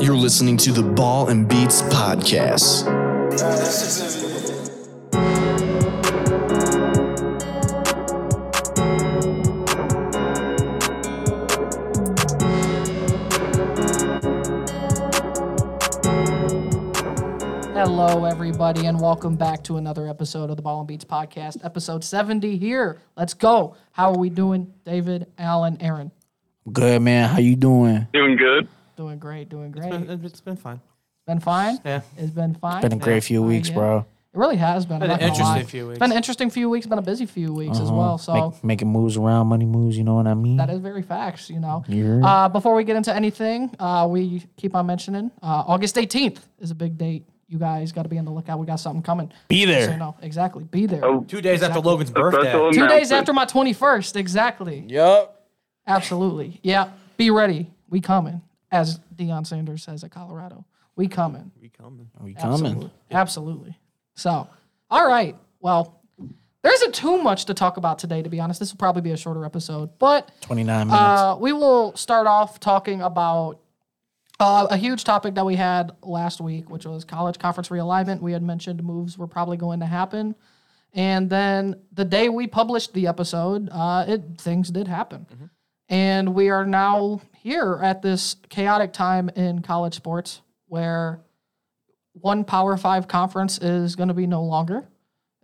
You're listening to the Ball and Beats podcast. Hello, everybody, and welcome back to another episode of the Ball and Beats podcast, episode 70 here. Let's go. How are we doing, David, Alan, Aaron? Good man, how you doing? Doing good. Doing great, doing great. It's been, It- It's been fine. fine? Yeah. Oh, It's been fine. Been a great few weeks, yeah. bro. it really has been. Been I'm an not gonna lie. interesting few It's been an weeks. interesting few weeks, been a busy few weeks as well. So Uh-huh. Make, making moves around, money moves. You know what I mean? That is very facts, you know. Yeah. Uh, before we get into anything, uh, we keep on mentioning uh, August 18th is a big date. You guys got to be on the lookout. We got something coming. Be there. So, no, exactly. Be there. Oh, Two days after Logan's special birthday. Two days announcement. after my 21st. Exactly. Yup. Absolutely. Yeah. Be ready. We coming. As Deion Sanders says at Colorado. We coming. We coming. We coming. Absolutely. Absolutely. So, all right. Well, there isn't too much to talk about today, to be honest. This will probably be a shorter episode, but Twenty nine minutes. uh, we will start off talking about uh, a huge topic that we had last week, which was college conference realignment. We had mentioned moves were probably going to happen, and then the day we published the episode, uh, it things did happen, and we are now here at this chaotic time in college sports where one Power Five conference is going to be no longer.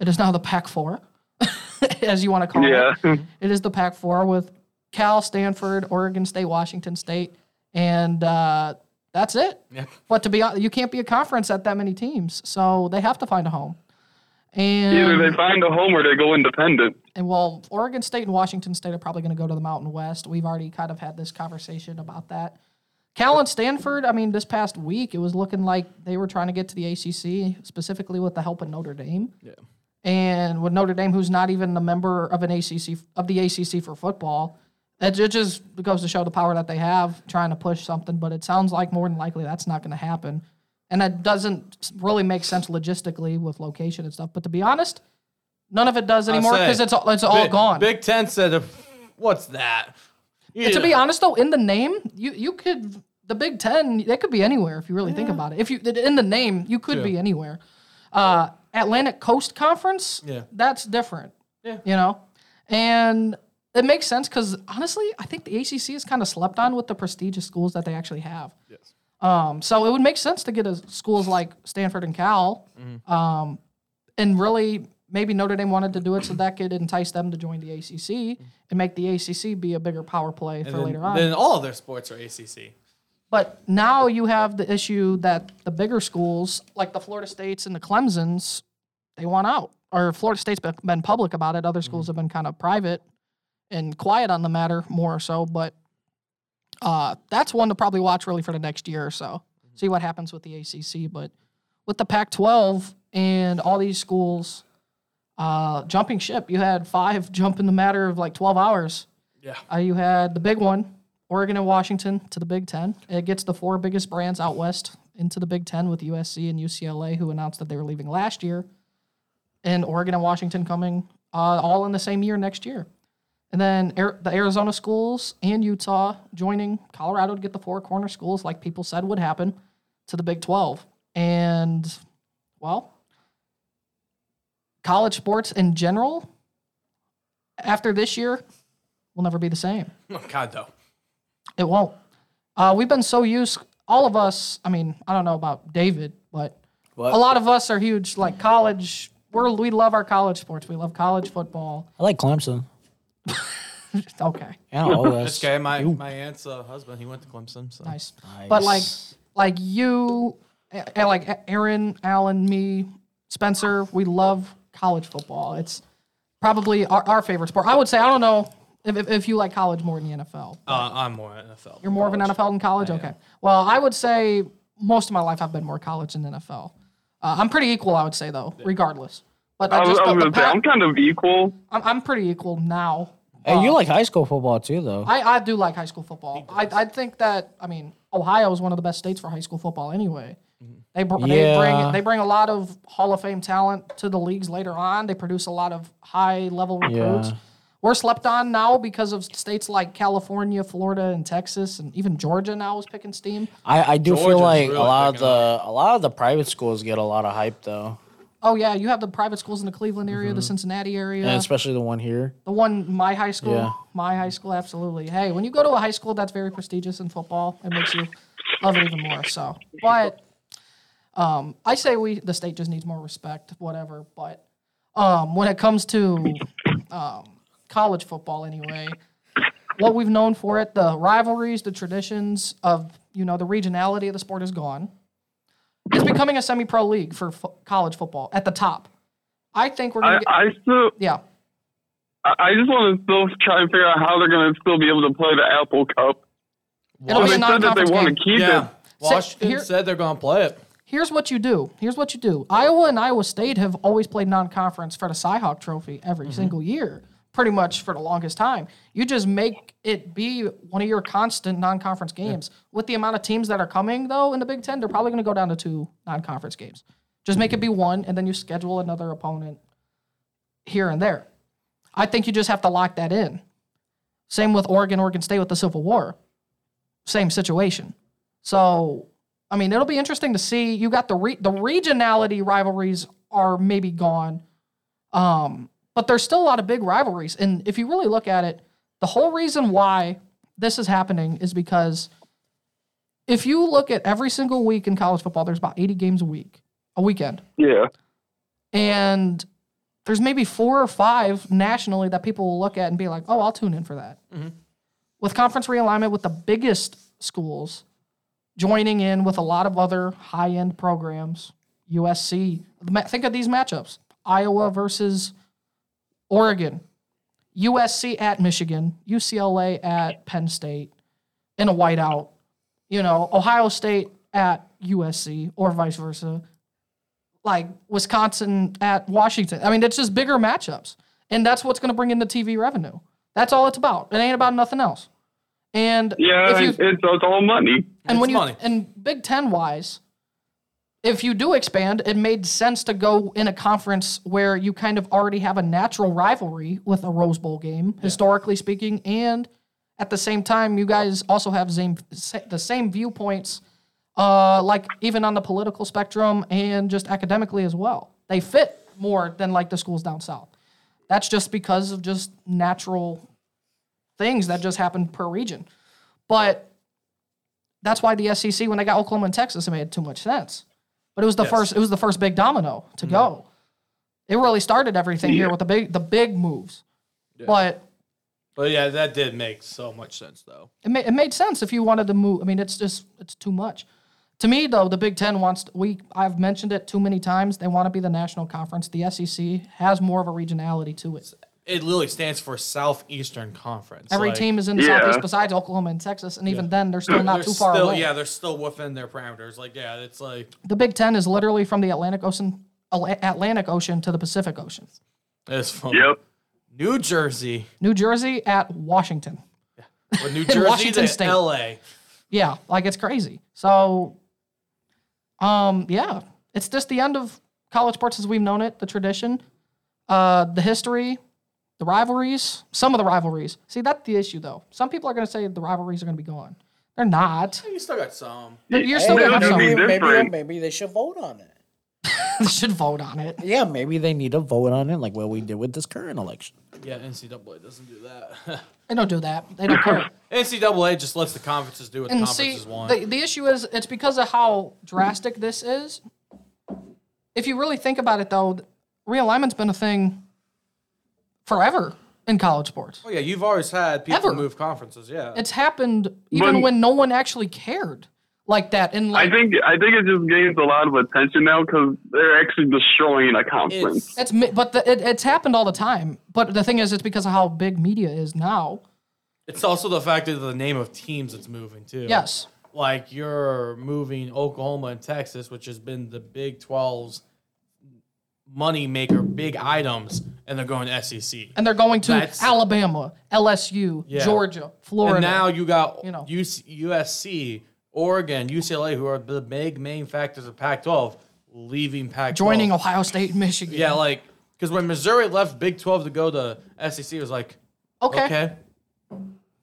It is now the Pac Four, as you want to call it. Yeah. It is the Pac Four with Cal, Stanford, Oregon State, Washington State, and uh, that's it. Yeah. But to be honest, you can't be a conference at that many teams, so they have to find a home. Either And they find a home or they go independent. and well, Oregon State and Washington State are probably going to go to the Mountain West. We've already kind of had this conversation about that. Cal and Stanford, I mean, this past week, it was looking like they were trying to get to the ACC, specifically with the help of Notre Dame. Yeah. And with Notre Dame, who's not even a member of an ACC of the ACC for football, it, it just goes to show the power that they have trying to push something. But it sounds like more than likely that's not going to happen, and that doesn't really make sense logistically with location and stuff. But to be honest, none of it does anymore say, because it's all it's all Big- gone. Big Ten said, uh, "What's that?" And to be honest though, in the name, you you could the Big Ten, they could be anywhere if you really think about it. If you in the name, you could be anywhere. Uh, Atlantic Coast Conference, Yeah. that's different. Yeah. you know, and it makes sense because honestly, I think the ACC is kind of slept on with the prestigious schools that they actually have. Yes. Um, so it would make sense to get a, schools like Stanford and Cal, Mm-hmm. um, and really maybe Notre Dame wanted to do it so that could entice them to join the ACC and make the ACC be a bigger power play for Mm-hmm. And then, later on. then all of their sports are ACC. But now you have the issue that the bigger schools, like the Florida States and the Clemsons, they want out. Or Florida State's been- been public about it. Other schools have been kind of private and quiet on the matter more so. But uh, that's one to probably watch really for the next year or so. See what happens with the ACC. But with the Pac 12 and all these schools uh, jumping ship, you had five jump in the matter of like 12 hours. Yeah. Uh, you had the big one, Oregon and Washington to the Big Ten. It gets the four biggest brands out west into the Big Ten with USC and UCLA, who announced that they were leaving last year, and Oregon and Washington coming uh, all in the same year next year. And then Ar- the Arizona schools and Utah joining Colorado to get the four corner schools, like people said would happen, to the Big 12. And, well, college sports in general, after this year, will never be the same. Oh God, though. It won't. Uh, we've been so used, all of us. I mean, I don't know about David, but a lot of us are huge like college. We're we love our college sports. We love college football. I like Clemson. okay, Yeah, all This guy, my my aunt's uh, husband, he went to Clemson. So nice. But like, like you, a- a- like Aaron, Alan, me, Spencer. We love college football. It's probably our, our favorite sport. I would say I don't know if, if, if you like college more than the NFL. uh, I'm more NFL. You're more of an NFL than college? Okay. Well, I would say most of my life I've been more college than NFL. Uh, I'm pretty equal, I would say, though, regardless. But I I was, just, I the, was the gonna say, I'm pack, kind of equal. I'm, I'm pretty equal now. hey, Oh. you like high school football too, though. I, I do like high school football. I, I think that, I mean, Ohio is one of the best states for high school football anyway. They, br- they, Mm-hmm. Yeah. bring, they bring a lot of Hall of Fame talent to the leagues later on. They produce a lot of high level recruits. Yeah. we're slept on now because of states like California, Florida, and Texas, and even Georgia now is picking steam. I, I do feel Georgia's like really a lot of picking the a lot of the private schools get a lot of hype though, Oh yeah, you have the private schools in the Cleveland area, the Cincinnati area, and especially the one here. the one my high school, Yeah. my high school, absolutely. Hey, when you go to a high school that's very prestigious in football, it makes you love it even more. So, but um, I say we the state just needs more respect, whatever. But um, when it comes to um, college football, anyway, what we've known for it, the rivalries, the traditions of you know the regionality of the sport is gone. It's becoming a semi-pro league for fo- college football at the top. I think we're I, gonna get, I still, yeah. I I just want to still try and figure out how they're going to still be able to play the Apple Cup. It'll Well, be a they said that non-conference they want to game. keep Yeah. it. Washington here- said they're going to play it. Here's what you do. Here's what you do. Iowa and Iowa State have always played non-conference for the Cyhawk Trophy every single year, pretty much for the longest time. You just make it be one of your constant non-conference games. With the amount of teams that are coming though in the Big Ten, they're probably going to go down to two non-conference games. Just make it be one, and then you schedule another opponent here and there. I think you just have to lock that in. Same with Oregon, Oregon State with the Civil War. Same situation. So, I mean, it'll be interesting to see. You got the re- the regionality rivalries are maybe gone, um, but there's still a lot of big rivalries. And if you really look at it, the whole reason why this is happening is because if you look at every single week in college football, there's about 80 games a week, a weekend Yeah. and there's maybe four or five nationally that people will look at and be like, "Oh, I'll tune in for that." With conference realignment, with the biggest schools joining in with a lot of other high-end programs, USC. the ma- Think of these matchups: Iowa versus Oregon, USC at Michigan, UCLA at Penn State, in a whiteout. You know, Ohio State at USC or vice versa like Wisconsin at Washington. I mean, it's just bigger matchups. And that's what's going to bring in the TV revenue. That's all it's about. It ain't about nothing else. And Yeah, if you, it's, it's all money. and when It's you money. and Big Ten wise, if you do expand, it made sense to go in a conference where you kind of already have a natural rivalry with a Rose Bowl game, historically speaking, and at the same time, you guys also have same, the same viewpoints, uh, like even on the political spectrum and just academically as well. They fit more than like the schools down south. That's just because of just natural things that just happen per region. But that's why the SEC when they got Oklahoma and Texas, it made too much sense. But it was the first it was the first big domino to Mm-hmm. go. It really started everything here with the big the big moves. But But yeah, that did make so much sense, though. it made it made sense if you wanted to move. I mean, it's just it's too much. To me, though, the Big Ten wants we I've mentioned it too many times. They want to be the national conference. The SEC has more of a regionality to it. It literally stands for Southeastern Conference. Every Like, team is in the Yeah. southeast besides Oklahoma and Texas, and even then they're still not they're too far still, away. Yeah, they're still within their parameters. Like, yeah, it's like, The Big Ten is literally from the Atlantic Ocean Ala- Atlantic Ocean to the Pacific Ocean. it's from Yep. New Jersey, New Jersey at Washington. or New Jersey Washington to State. LA. Yeah, like it's crazy. So, um, yeah, it's just the end of college sports as we've known it, the tradition, uh, the history, the rivalries, some of the rivalries. See, that's the issue though. Some people are going to say the rivalries are going to be gone. They're not. You still got some. They're- You're still Hey, going to have some. no, be different. they should vote on it. They should vote on it. Yeah, maybe they need to vote on it, like what we did with this current election. Yeah, NCAA doesn't do that. They don't do that. They don't care. NCAA just lets the conferences do what the And see, conferences want. the, the issue is it's because of how drastic this is. If you really think about it, though, th- realignment's been a thing forever in college sports. oh yeah, you've always had people Ever. move conferences. Yeah, It's happened even When- when no one actually cared like that. And I like, think I think it just gains a lot of attention now because they're actually destroying a conference. it's mi- but the, it, it's happened all the time. But the thing is, it's because of how big media is now. it's also the fact that the name of teams it's moving to. Yes, like you're moving Oklahoma and Texas, which has been the Big 12's money maker, big items, and they're going to E SEC. and they're going to That's- Alabama, LSU, Yeah. Georgia, Florida. And now you got You know. UC, USC, Oregon, UCLA, who are the big main factors of Pac-12 leaving Pac-12, joining Ohio State, Michigan. Yeah, like because when Missouri left Big 12 to go to SEC, E it was like Okay. Okay.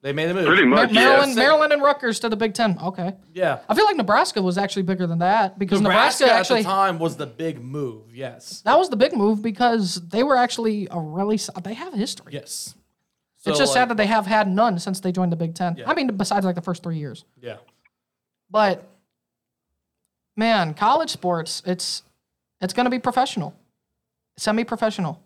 They made a move. Pretty Ma- much, Maryland, yes. Maryland, and Rutgers to the Big Ten. Okay. Yeah. I feel like Nebraska was actually bigger than that because Nebraska, Nebraska, at actually the time was the big move. Yes. that was the big move because they were actually a really s- they have history. Yes. it's So, just sad like, that they have had none since they joined the Big Ten. Yeah. I mean, besides like the first three years. Yeah. But man, college sports, it's it's going to be professional, semi-professional,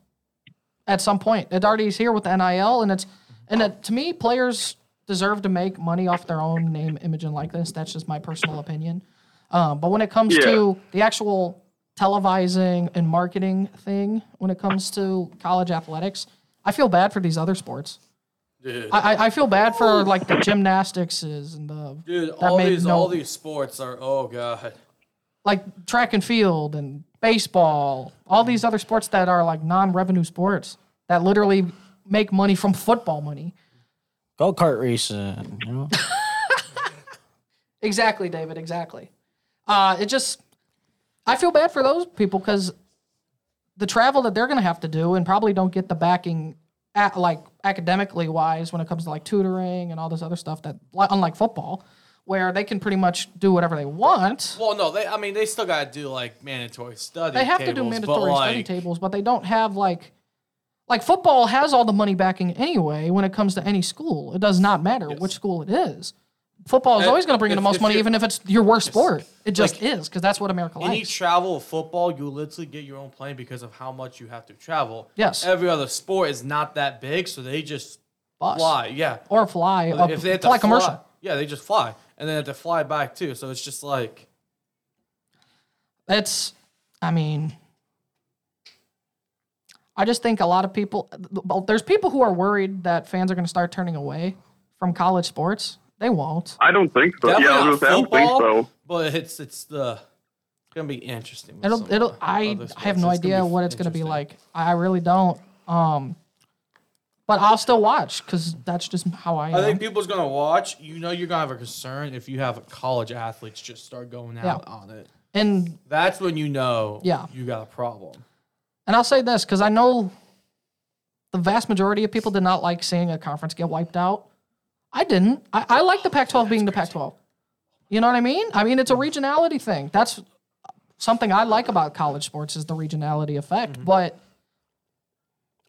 at some point. It already is here with the NIL, and it's and it, to me, players deserve to make money off their own name, image, and likeness. That's just my personal opinion. Um, but when it comes to the actual televising and marketing thing, when it comes to college athletics, I feel bad for these other sports. Dude. I, I- I feel bad for like the gymnastics and the Dude, that all made these no- all these sports are oh god. like track and field and baseball, all these other sports that are like non-revenue sports that literally make money from football money. Go kart racing. You know? Exactly, David. Exactly. Uh, it just, I feel bad for those people because the travel that they're going to have to do and probably don't get the backing, at, like academically wise, when it comes to like tutoring and all this other stuff that, li- unlike football, where they can pretty much do whatever they want. Well, no, they I mean they still got to do like mandatory study. they have to do tables, but, mandatory study like, tables, but they don't have like like football has all the money backing anyway when it comes to any school. It does not matter which school it is. Football is Uh, always going to bring in the if- most if money, you're- even if it's your worst sport. It just is because that's what America Any likes. travel of football, you literally get your own plane because of how much you have to travel. Yes. Every other sport is not that big, so they just Bus. fly. Yeah. or fly, or if they had to fly fly, commercial. yeah, they just fly and then have to fly back too. So it's just like It's, I mean, I just think a lot of people. well, There's people who are worried that fans are going to start turning away from college sports. They won't. I don't think so. definitely yeah, I, not was gonna say, I don't think so. But it's it's the it's gonna be interesting. with It'll some it'll I uh, other I have sports. no It's gonna idea be what it's gonna be interesting. like. I I really don't. Um, but I'll still watch because that's just how I am. I think people's gonna watch. You know, you're gonna have a concern if you have college athletes just start going out Yeah. on it. and That's when you know, Yeah. you got a problem. and I'll say this because I know the vast majority of people did not like seeing a conference get wiped out. I didn't. I, I like the Pac-12 being the Pac-12. You know what I mean? I mean it's a regionality thing. That's something I like about college sports is the regionality effect. Mm-hmm. But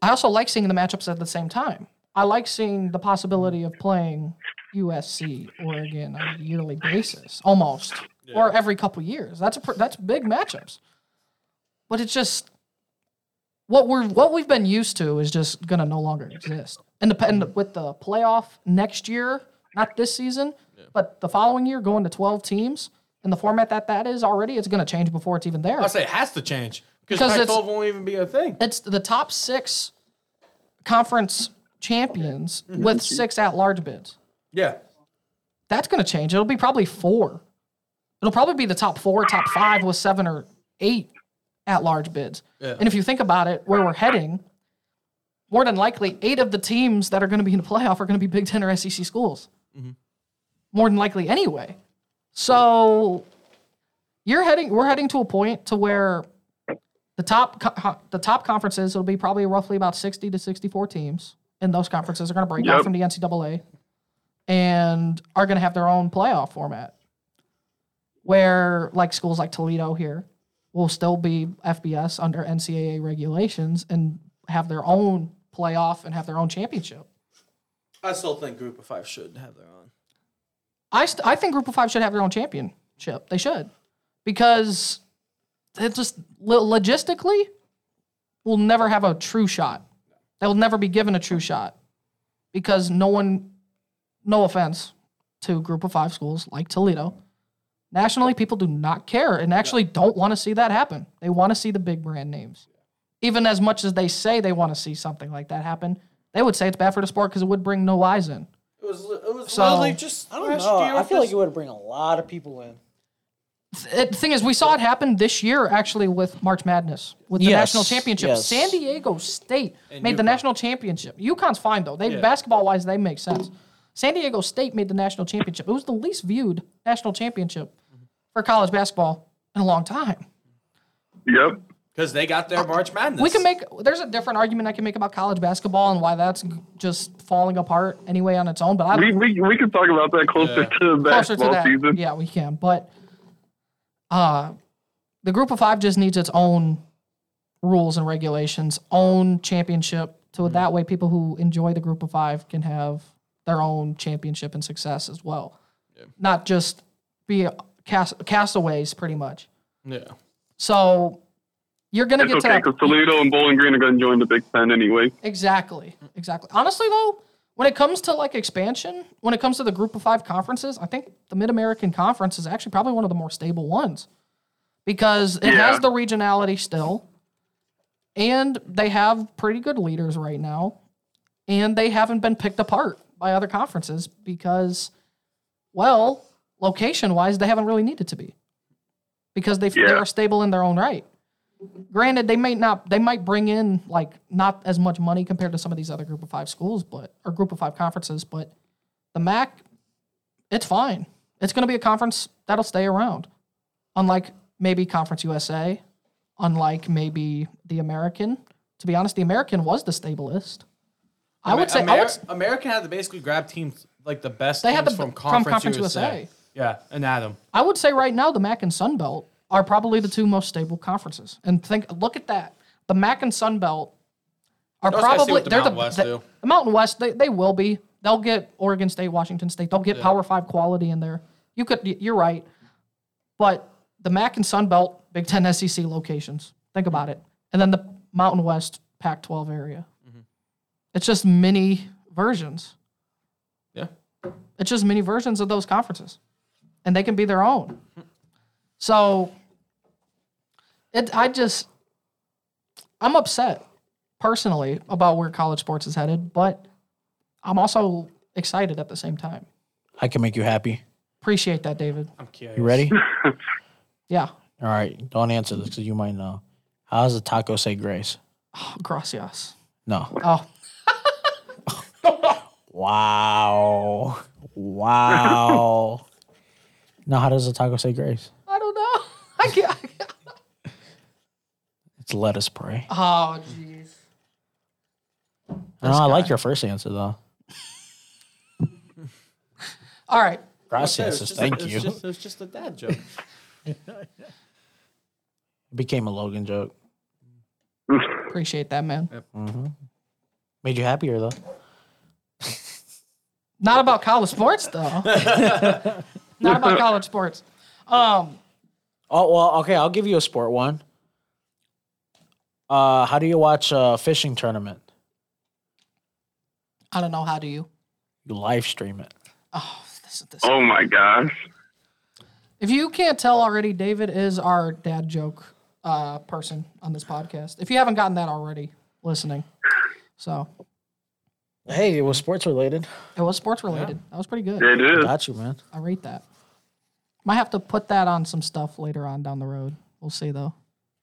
I also like seeing the matchups at the same time. I like seeing the possibility of playing USC Oregon on a yearly basis, almost, or every couple years. That's a pr- that's big matchups. But it's just what we're what we've been used to is just gonna no longer exist. And the and with the playoff next year, not this season, but the following year, going to twelve teams and the format that that is already, it's gonna change before it's even there. I say it has to change because Because it's- Pac-12 won't even be a thing. It's the top six conference champions with six at large bids. Yeah, That's going to change. It'll be probably four. It'll probably be the top four, top five with seven or eight at large bids. Yeah. And if you think about it, where we're heading, more than likely, eight of the teams that are going to be in the playoff are going to be Big Ten or SEC schools. More than likely, anyway. So you're heading. We're heading to a point to where the top co- the top conferences will be probably roughly about sixty to sixty four teams, and those conferences are going to break out Yep. from the NCAA and are going to have their own playoff format, where like schools like Toledo here will still be FBS under NCAA regulations and have their own playoff and have their own championship. I still think Group of Five should have their own. I, st- I think Group of Five should have their own championship. They should, because it just lo- logistically will never have a true shot. They'll never be given a true shot because no one, no offense to Group of Five schools like Toledo, nationally people do not care and actually don't want to see that happen. They want to see the big brand names, even as much as they say they want to see something like that happen. They would say it's bad for the sport because it would bring no eyes in. It was it was So- literally just I don't know. I feel like it would bring a lot of people in. it, Uh, the thing is, we saw it happen this year actually with March Madness with the Yes, national championship. yes. San Diego State made the UConn. national championship. UConn's fine though; they basketball wise, they make sense. San Diego State made the national championship. It was the least viewed national championship for college basketball in a long time. Yep. because Uh, they got their March Madness. We can make there's a different argument I can make about college basketball and why that's just falling apart anyway on its own. But I We, we, we can talk about that closer Yeah. to closer to the basketball that. season. Yeah, we can. But uh, the group of five just needs its own rules and regulations, own championship. So Mm-hmm. that way, people who enjoy the group of five can have their own championship and success as well, not just be cast, castaways, pretty much. Yeah. So you're gonna It's get to okay that- because Toledo and Bowling Green are going to join the Big Ten anyway. Exactly. Exactly. Honestly, though, when it comes to like expansion, when it comes to the group of five conferences, I think the Mid American Conference is actually probably one of the more stable ones because it Yeah. has the regionality still, and they have pretty good leaders right now, and they haven't been picked apart by other conferences because, well, location wise, they haven't really needed to be because they, they Yeah. are stable in their own right granted they may not they might bring in like not as much money compared to some of these other group of five schools but or group of five conferences but the mac it's fine it's going to be a conference that'll stay around unlike maybe conference usa unlike maybe the american to be honest the american was the stablest i would say i would s- American had to basically grab teams like the best They teams had the- from, from conference Conference USA. USA. Yeah, and Adam. I would say right now the MAC and Sun Belt are probably the two most stable conferences. And think, look at that. The MAC and Sun Belt are was gonna see probably what the they're Mountain the, West the, do. the Mountain West. They they will be. They'll get Oregon State, Washington State. They'll get Power Five quality in there. You could. y- You're right. But the MAC and Sun Belt, Big Ten, SEC locations. Think about it. And then the Mountain West, Pac-12 area. Mm-hmm. It's just mini versions. Yeah. It's just mini versions of those conferences, and they can be their own. So, it I just I'm upset personally about where college sports is headed, but I'm also excited at the same time. I can make you happy. Appreciate that, David. I'm curious. You ready? Yeah, All right. Don't answer this because you might know. How does a taco say grace? Oh, gracias. No. Oh, Wow. Wow. now, how does a taco say grace? I don't know. I can't. It's let us pray. Oh, jeez. No, I like your first answer though. All right. Gracias. is thank you. It was just a dad joke. it became a Logan joke. Appreciate that, man. Made you happier though. Not about college sports, though. Not about college sports. Um, Oh well, okay. I'll give you a sport one. Uh, how do you watch a fishing tournament? I don't know. How do you? You live stream it. Oh, this is this. Oh my gosh. If you can't tell already, David is our dad joke uh, person on this podcast. If you haven't gotten that already, listening. So Hey, it was sports related. it was sports related. That was pretty good. It is. Got you, man. I rate that. Might have to put that on some stuff later on down the road. We'll see though.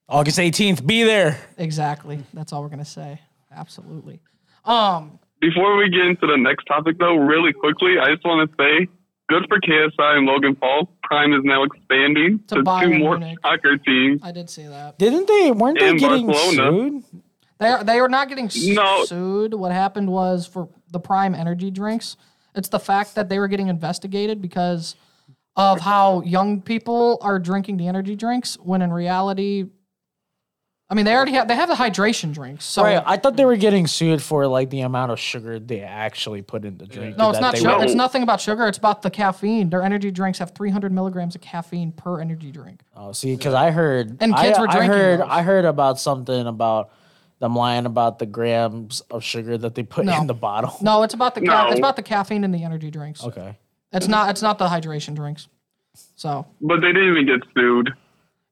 August eighteenth, be there. Exactly. That's all we're gonna say. Absolutely. Um. Before we get into the next topic, though, really quickly, I just want to say good for KSI and Logan Paul. Prime is now expanding To to, Bayern two more Munich. soccer teams. I did see that. Didn't they? Weren't they In getting Barcelona. sued? They are, they are not getting su- No. sued. What happened was for the Prime Energy drinks, it's the fact that they were getting investigated because of how young people are drinking the energy drinks when in reality I mean they already have they have the hydration drinks. So Right. I thought they were getting sued for like the amount of sugar they actually put in the drink. no, it's that not they sugar. were- It's nothing about sugar. It's about the caffeine. Their energy drinks have 300 milligrams of caffeine per energy drink. Oh, see, because I heard And I- kids were I drinking heard those. I heard about something about them lying about the grams of sugar that they put No. in the bottle. No, it's about the ca- No. it's about the caffeine in the energy drinks. Okay. It's not it's not the hydration drinks. So But they didn't even get sued.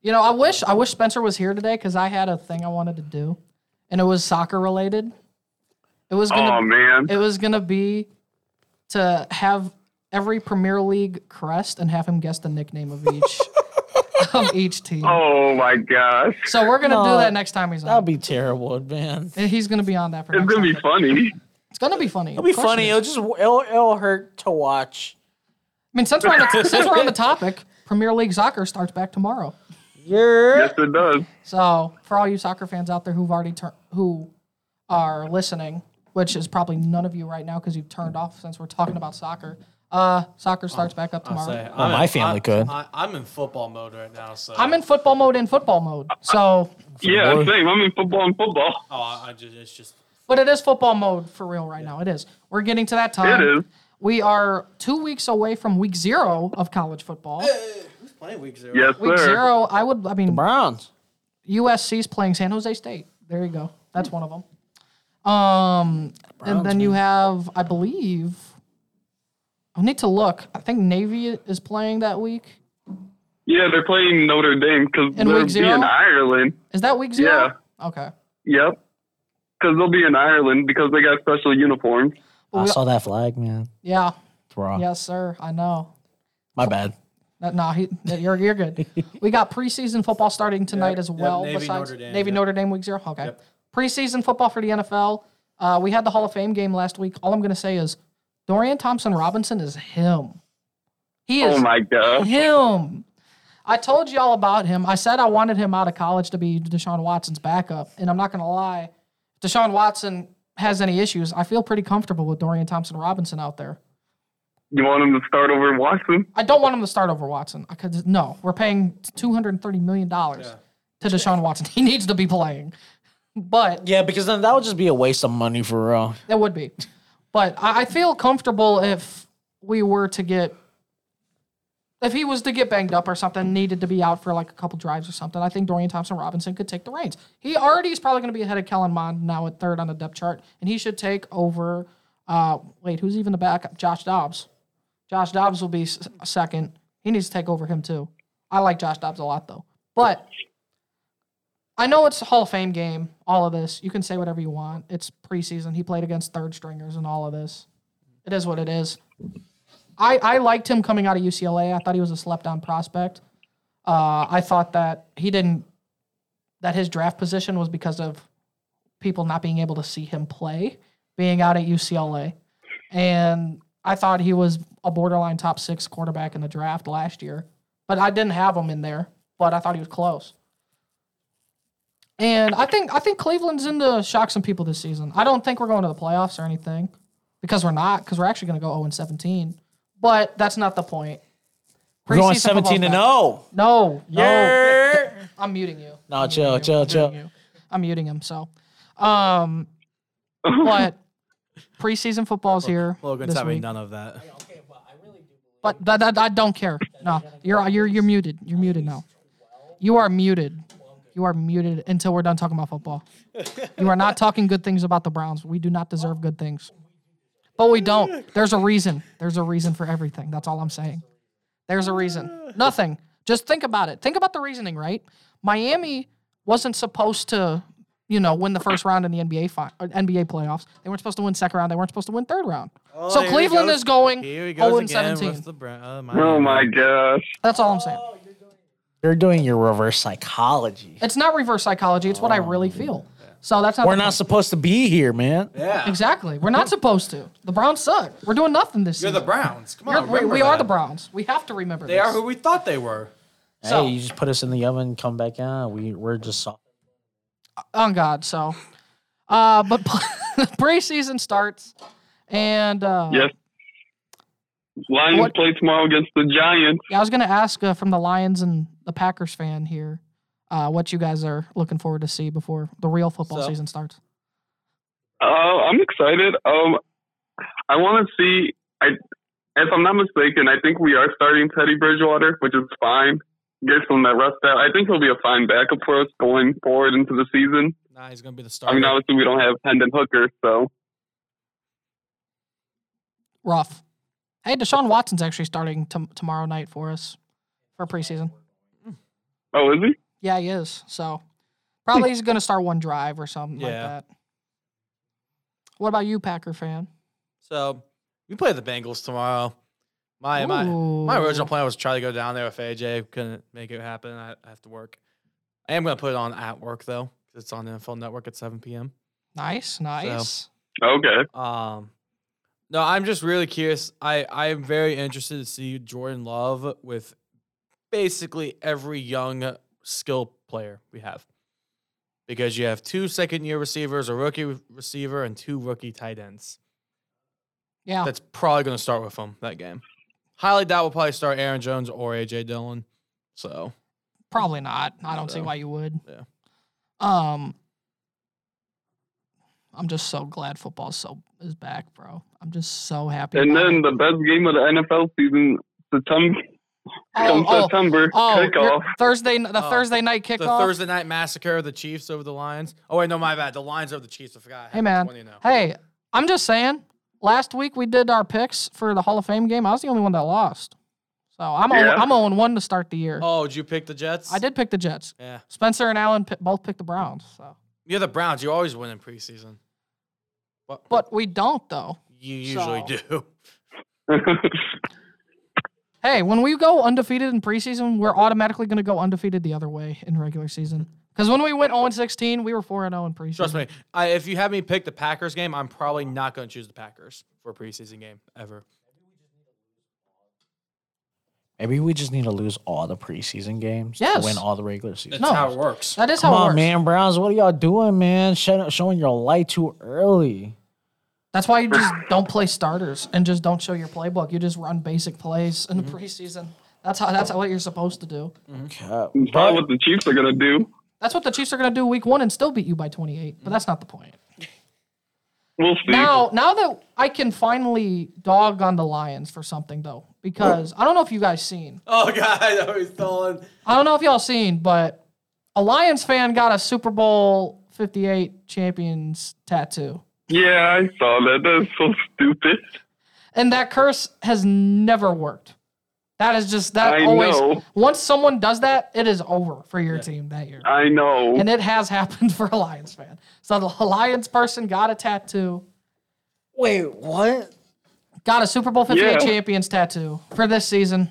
You know, I wish I wish Spencer was here today because I had a thing I wanted to do, and it was soccer related. It was gonna Oh man. it was gonna be to have every Premier League crest and have him guess the nickname of each of each team. Oh my gosh. So we're gonna do No, that next time he's That'll on. be terrible, man. And He's gonna be on that for. It's next gonna be time. funny. It's gonna be funny. It'll be funny. I It'll just it'll, it'll hurt to watch. mean, since we're, on the, since we're on the topic, Premier League soccer starts back tomorrow. Yeah. Yes, it does. So for all you soccer fans out there who've already tur- who are listening, which is probably none of you right now because you've turned off since we're talking about soccer. Uh, soccer starts back up I'll tomorrow. say, Well, I'm my in- family I'm- could. I, I'm in football mode right now, so I'm in football mode in football mode. So, Yeah, Boy. same. I'm in football and football. Oh, I, I just it's just but it is football mode for real right now. It is. We're getting to that time. It is. We are two weeks away from week zero of college football. who's playing week zero. Yes, Week sir. zero, I would. I mean, Browns. USC's playing San Jose State. There you go. That's one of them. Um, and then you have, I believe, I need to look. I think Navy is playing that week. Yeah, they're playing Notre Dame because In they'll week be zero? in Ireland. Is that week zero? Okay. Yep. Because they'll be in Ireland because they got special uniforms. I saw that flag, man. Yeah. It's raw. Yes, sir. I know. My bad. No, no, he, no, you're you're good. we got preseason football starting tonight Yep, as yep, well. Navy, besides Notre Dame, Navy yep. Notre Dame week zero. Okay. Yep. Preseason football for the NFL. Uh, we had the Hall of Fame game last week. All I'm gonna say is Dorian Thompson Robinson is him. He is Oh my god. him. I told y'all about him. I said I wanted him out of college to be Deshaun Watson's backup, and I'm not going to lie. If Deshaun Watson has any issues, I feel pretty comfortable with Dorian Thompson Robinson out there. You want him to start over in Washington? I don't want him to start over Watson. I could no. We're paying 230 million dollars to Deshaun Watson. He needs to be playing. But Yeah, because then that would just be a waste of money for real. It would be. But I, I feel comfortable if we were to get if he was to get banged up or something, needed to be out for like a couple drives or something, I think Dorian Thompson Robinson could take the reins. He already is probably going to be ahead of Kellen Mond now at third on the depth chart, and he should take over. Uh, wait, who's even the backup? Josh Dobbs. Josh Dobbs will be s- second. He needs to take over him too. I like Josh Dobbs a lot though. But I know it's a Hall of Fame game, all of this. You can say whatever you want. It's preseason. He played against third stringers and all of this. It is what it is. I, I liked him coming out of UCLA. I thought he was a slept on prospect. Uh, I thought that he didn't, that his draft position was because of people not being able to see him play, being out at UCLA. And I thought he was a borderline top six quarterback in the draft last year. But I didn't have him in there, but I thought he was close. And I think I think Cleveland's in to shock some people this season. I don't think we're going to the playoffs or anything because we're not because we're actually going to go 0 and 17. But that's not the point. We're going Preseason football's 17 and oh, back. 0. No, no. Yeah. I'm muting you. No, I'm chill, muting chill, I'm muting chill. you. I'm muting him. So, um, but preseason football's here. Logan's this having week. none of that. But that, that, I don't care. No, you're you're you're muted. You're muted now. You are muted. You are muted until we're done talking about football. You are not talking good things about the Browns. We do not deserve good things. But we don't. There's a reason. There's a reason for everything. That's all I'm saying. There's a reason. Nothing. Just think about it. Think about the reasoning, right? Miami wasn't supposed to, you know, win the first round in the NBA fi- or NBA playoffs. They weren't supposed to win second round. They weren't supposed to win third round. so here Oh, he Cleveland goes. is going Here he 0 goes Oh, and again 17. with the Brown- uh, Oh Miami. my gosh. That's all I'm saying. You're doing your reverse psychology. It's not reverse psychology. It's what I really Oh, feel. So that's not. We're the not point. supposed to be here, man. Yeah, exactly. We're not supposed to. The Browns suck. We're doing nothing this You're the season. Browns. Come on, You're- we, remember we are the that. Browns. We have to remember. They this. are who we thought they were. So- Hey, you just put us in the oven, come back out. We we're just soft. on God. So, uh, but preseason starts, and uh, Yes. Lions What- play tomorrow against the Giants. yeah, I was gonna ask uh, from the Lions and the Packers fan here, uh, what you guys are looking forward to see before the real football So- season starts. Uh, I'm excited. Um, I want to see. I, if I'm not mistaken, I think we are starting Teddy Bridgewater, which is fine. Get some that rest out. I think he'll be a fine backup for us going forward into the season. Nah, he's gonna be the I starter. mean, obviously we don't have Hendon Hooker, so Rough. Hey, Deshaun Watson's actually starting tom tomorrow night for us for preseason. oh, is he? Yeah, he is. So probably he's going to start one drive or something like Yeah. that. What about you, Packer fan? so we play the Bengals tomorrow. My my my Ooh. original plan was to try to go down there with AJ. Couldn't make it happen. I I have to work. I am gonna put it on at work though. 'cause It's on the NFL Network at 7 p.m. Nice, nice. Okay. Um, no, I'm just really curious. I I am very interested to see Jordan Love with basically every young skill player we have. because you have two second year receivers, a rookie receiver, and two rookie tight ends. Yeah. That's probably going to start with him that game. Highly doubt we'll probably start Aaron Jones or AJ Dillon. So Probably not. I don't see So, why you would. yeah. Um I'm just so glad football so is back, bro. I'm just so happy. And about then it. the best game of the NFL season, September, oh, come oh, September, oh, kickoff. your Thursday n- the Oh, Thursday night the kickoff. Thursday night massacre of the Chiefs over the Lions. Oh wait, no, my bad. The Lions over the Chiefs. I forgot. I had Hey, man. 20 now. Hey, I'm just saying, last week we did our picks for the Hall of Fame game. I was the only one that lost. So I'm yeah. Yeah. I'm 0 1 to start the year. Oh, did you pick the Jets? I did pick the Jets. Yeah. Spencer and Allen pi both picked the Browns. So, You're the Browns. You always win in preseason. What? but we don't though. You usually So- do. Hey, when we go undefeated in preseason, we're automatically going to go undefeated the other way in regular season. Because when we went 0 16, we were 4 0 in preseason. Trust me. I, if you have me pick the Packers game, I'm probably not going to choose the Packers for a preseason game ever. Maybe we just need to lose all the preseason games Yes. to win all the regular season. That's No. how it works. That is Come how it on, works. man, Browns. What are y'all doing, man? Shut, showing your light too early. That's why you just don't play starters and just don't show your playbook. You just run basic plays in Mm-hmm. the preseason. That's how. That's what you're supposed to do. Cap. It's probably what the Chiefs are gonna do. That's what the Chiefs are going to do week one and still beat you by 28. But that's not the point. We'll see. Now, now that I can finally dog on the Lions for something though, because I don't know if you guys seen. Oh God, I know he's stolen. I don't know if y'all seen, but a Lions fan got a Super Bowl 58 champions tattoo, yeah, I saw that. That's so stupid. and that curse has never worked. That is just that I always. know. Once someone does that, it is over for your team that year. I know. and it has happened for a Lions fan. So the Lions person got a tattoo, Wait, what? got a Super Bowl 58 Yeah. champions tattoo for this season.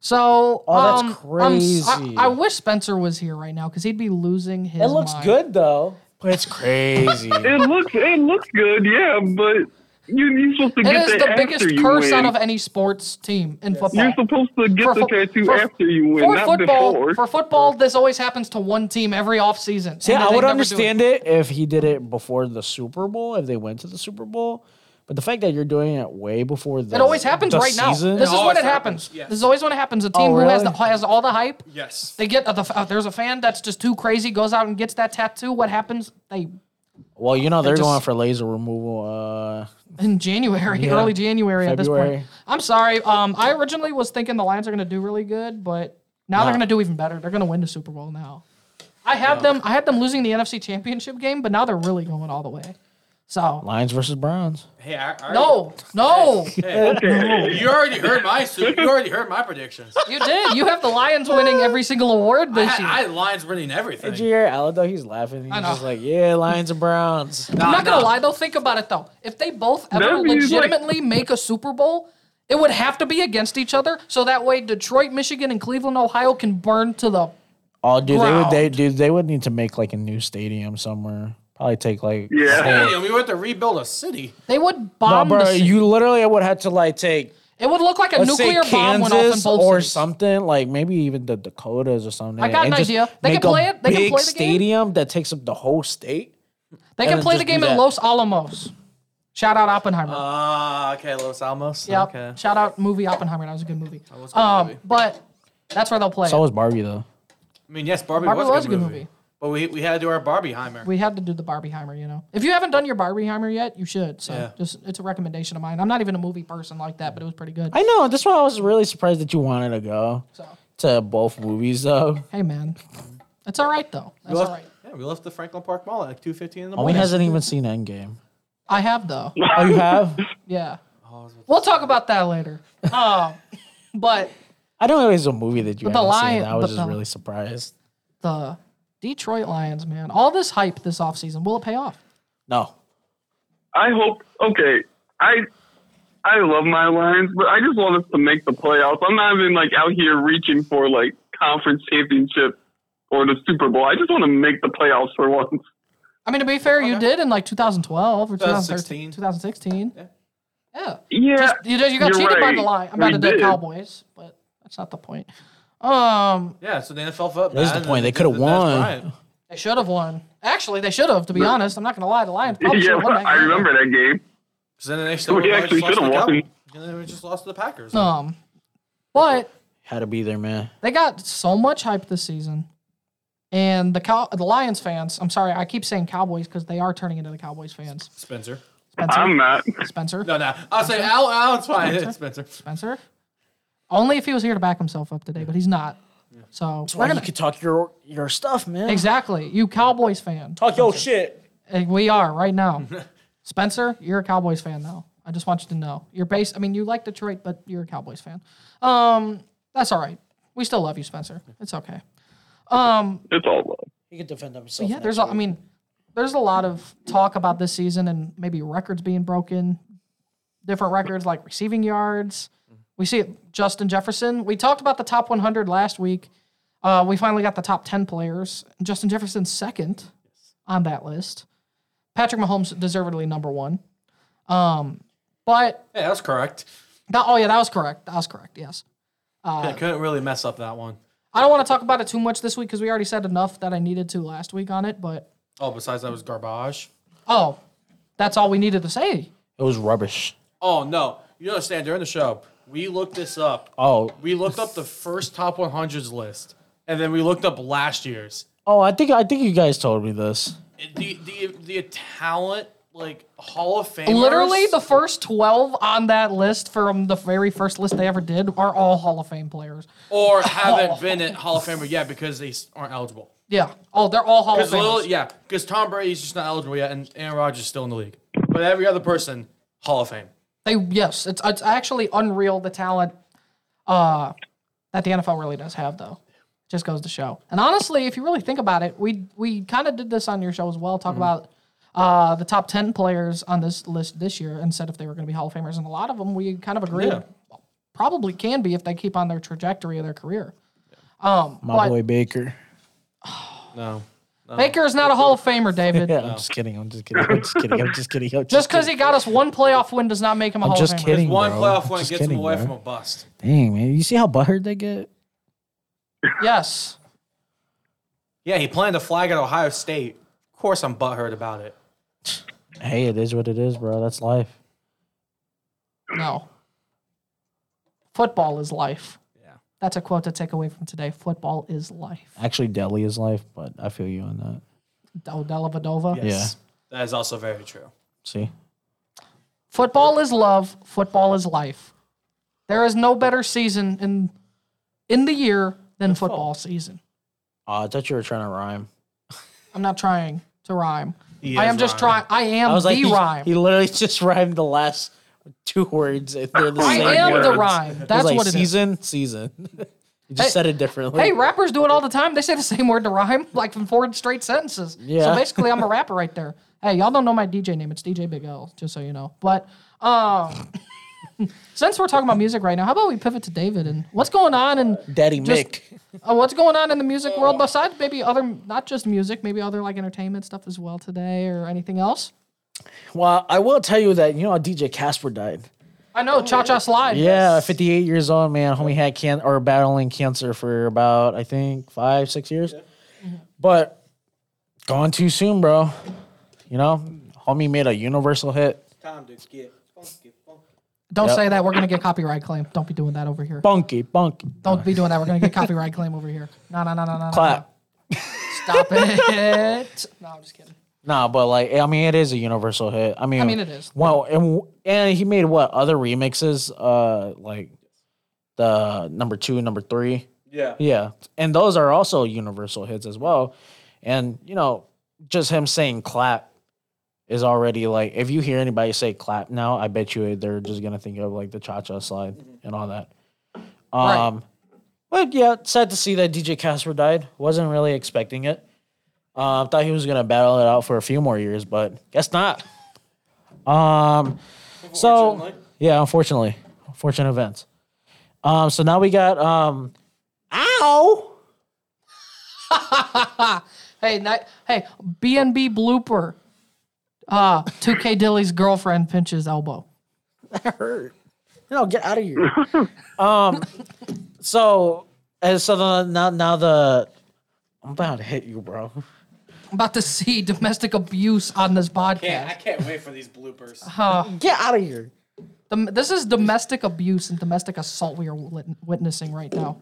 So, Oh, that's um, I'm s- I- crazy. I, wish Spencer was here right now because he'd be losing his. It looks mind. good though. But it's crazy. it looks it looks good, yeah, but you you're supposed to It get is that the after biggest you curse win. out of any sports team in you're football. supposed to get For the fo- tattoo for- after you win, For not football, before. for football, this always happens to one team every offseason. See, and I they would never do it. understand it if he did it before the Super Bowl, if they went to the Super Bowl. But the fact that you're doing it way before the It always happens the right now. This season- Oh, is when always it happens, happens. yes. This is always when it happens. A team who has the, really? has all the hype Yes. They get uh, the, uh, there's a fan that's just too crazy, goes out and gets that tattoo. What happens? They well, you know they're just- going for laser removal. Uh, in January, Yeah. early January at this February. point. I'm sorry. Um, I originally was thinking the Lions are going to do really good, but now they're No. going to do even better. They're going to win the Super Bowl now. I had them. I had them losing the NFC Championship game, but now they're really going all the way. So Lions versus Browns. Hey, I, I no, no, already- you already heard my su- you already heard my predictions. you did. You have the Lions winning every single award I, this year. I had Lions winning everything. Did you hear Allen though? He's laughing. He's I know. just like, yeah, Lions and Browns. Nah, I'm not nah. gonna lie though. Think about it though. If they both ever That'd be, like- legitimately make a Super Bowl, it would have to be against each other, so that way Detroit, Michigan, and Cleveland, Ohio can burn to the. Oh, dude, they would. They Ground. dude, they would need to make like a new stadium somewhere. Probably take like Yeah. whole- Damn, we were to rebuild a city. They would No, bomb. the bro, city. you literally would have to like take it would look like a let's nuclear say bomb went Kansas off in both or cities. something like maybe even the Dakotas or something. I got and an just idea. They can make a play it. They can big play the game. stadium that takes up the whole state. They can and play the just game do in that. Los Alamos. Shout out Oppenheimer. Ah, okay, Los Alamos. yep. Okay. Shout out movie Oppenheimer. That was a good movie. was a good um, movie. but that's where they'll play. So it. was Barbie though. I mean, yes, Barbie, Barbie was, a good movie. movie. But we, we had to do our Barbieheimer. We had to do the Barbieheimer, you know. If you haven't done your Barbieheimer yet, you should. So Yeah. just it's a recommendation of mine. I'm not even a movie person like that, but it was pretty good. I know. That's why I was really surprised that you wanted to go so to both movies though. hey man. It's all right though. That's We left, all right. Yeah, we left the Franklin Park Mall at like two fifteen in the Owen morning. hasn't even seen Endgame. I have though. Oh, you have? Yeah. We'll talk about that later. Um but I don't know. It was a movie that you But the haven't lion- seen. I was but just the- really surprised. the Detroit Lions, man. All this hype this offseason, will it pay off? No. I hope. Okay, I I love my Lions, but I just want us to make the playoffs. I'm not even like out here reaching for like conference championship or the Super Bowl. I just want to make the playoffs for once. I mean, to be fair, you did in like 2012 or 2016. 2013, 2016. Yeah. Yeah, Just, you, just- you got You're cheated by right. the Lions. I'm not We a dead did. Cowboys, but that's not the point. Um, Yeah, so the NFL felt That is bad, the and point. then They coulda did the Dez won. Bryant. They should have won. Actually, they should have. To be honest, I'm not going to lie. The Lions probably yeah, should have won that I game. remember that game. Because then they still We actually lost to should've the won. Cowboys. And then we just lost to the Packers. Um, but Had to be there, man. they got so much hype this season, and the Cow- the Lions fans. I'm sorry, I keep saying Cowboys because they are turning into the Cowboys fans. Spencer. Spencer, I'm not. Spencer, No, no. I'll say Al. Alan's fine. Spencer. Spencer. Only if he was here to back himself up today, but he's not. So That's we're why gonna you could talk your your stuff, man. exactly you Cowboys fan. Talk your shit. And we are right now. Spencer, you're a Cowboys fan now. I just want you to know. You're based. I mean, you like Detroit, but you're a Cowboys fan. Um, that's all right. We still love you, Spencer. It's okay. It's all love. He could defend himself. Yeah, there's. A, I mean, there's a lot of talk about this season and maybe records being broken, different records like receiving yards. We see it. Justin Jefferson. We talked about the top 100 last week. Uh, we finally got the top 10 players. Justin Jefferson's second on that list. Patrick Mahomes deservedly number one. Um, but Yeah, that's correct. that, oh yeah, that was correct. That was correct. Yes. Uh, I couldn't really mess up that one. I don't want to talk about it too much this week because we already said enough that I needed to last week on it. But Oh, besides that was garbage. oh, that's all we needed to say. It was rubbish. Oh no, you don't understand. During the show, we looked this up. Oh, We looked up the first top 100s list, and then we looked up last year's. oh, I think I think you guys told me this. The the the talent like Hall of Fame. Literally, the first 12 on that list from the very first list they ever did are all Hall of Fame players. or haven't been at Hall of Famer yet because they s- aren't eligible. Yeah. Oh, they're all Hall of Because little, Fame. yeah, because Tom Brady's just not eligible yet, and Aaron Rodgers is still in the league. But every other person, Hall of Fame. They yes, it's it's actually unreal the talent uh that the NFL really does have though. Just goes to show. And honestly, if you really think about it, we we kind of did this on your show as well, Mm-hmm. talk about uh, the top 10 players on this list this year and said if they were going to be Hall of Famers. And a lot of them we kind of agreed Yeah. probably can be if they keep on their trajectory of their career. Um, My but boy Baker. No. Baker is not a Hall of Famer, David. Yeah, I'm just kidding. I'm just kidding. I'm just kidding. I'm just kidding. I'm Oh. Just just because he got us one playoff win does not make him a I'm Hall just of Famer. kidding. One bro. playoff I'm win just gets him kidding, away bro. from a bust. Dang man, you see how butthurt they get? Yes. Yeah, he planned a flag at Ohio State. Of course, I'm butthurt about it. Hey, it is what it is, bro. That's life. No. Football is life. Yeah. That's a quote to take away from today. Football is life. Actually, Delhi is life, but I feel you on that. Oh, Della Vadova. That is also very true. See, Football is love. Football is life. There is no better season in in the year than football season. uh, I thought you were trying to rhyme. I'm not trying to rhyme. He I is am just rhyming. trying. I am I was the like, he, rhyme. he literally just rhymed the last two words. If they're the I same am words. the rhyme. It was That's like what it is. season, season. you just Hey- said it differently. Hey, rappers do it all the time. They say the same word to rhyme, like from four straight sentences. So Yeah. basically, I'm a rapper right there. Hey, y'all don't know my DJ name. It's DJ Big L, just so you know. But um, since we're talking about music right now, how about we pivot to David and what's going on and Daddy just- Mick. uh, what's going on in the music world besides maybe other, not just music, maybe other like entertainment stuff as well today or anything else? Well, I will tell you that you know how DJ Casper died. I know Cha Cha Slide. Yeah, 58 years old, man. Homie had can or battling cancer for about I think five, six years, Mm-hmm. but gone too soon, bro. You know, homie made a universal hit. Don't say that. We're gonna get copyright claim. Don't be doing that over here. Bunky, bunky. Don't be doing that. We're gonna get copyright claim over here. No, no, no, no, no, no. no. Clap. Stop it. no, I'm just kidding. Nah, but like, I mean, it is a universal hit. I mean, mean, it is. Well, and and he made what other remixes? Uh, like the number two, number three. Yeah. Yeah. And those are also universal hits as well. And, you know, just him saying clap is already like, if you hear anybody say clap now, I bet you they're just going to think of like the cha cha slide and all that. Right. Um, But yeah, sad to see that DJ Casper died. Wasn't really expecting it. Uh, thought he was going to battle it out for a few more years, but guess not. Um, so, Unfortunately. yeah, unfortunately, unfortunate events. Um, so now we got um, Ow! Hey, ni- hey, BNB blooper. Uh, 2K Dilly's girlfriend pinches elbow. That hurt. No, get out of here. um, eh, so and so the, now now the I'm about to hit you, bro. I'm about to see domestic abuse on this Can't, I podcast. can't wait for these bloopers. Huh. Get out of here. Dom- this is domestic abuse and domestic assault we are wit- witnessing right now.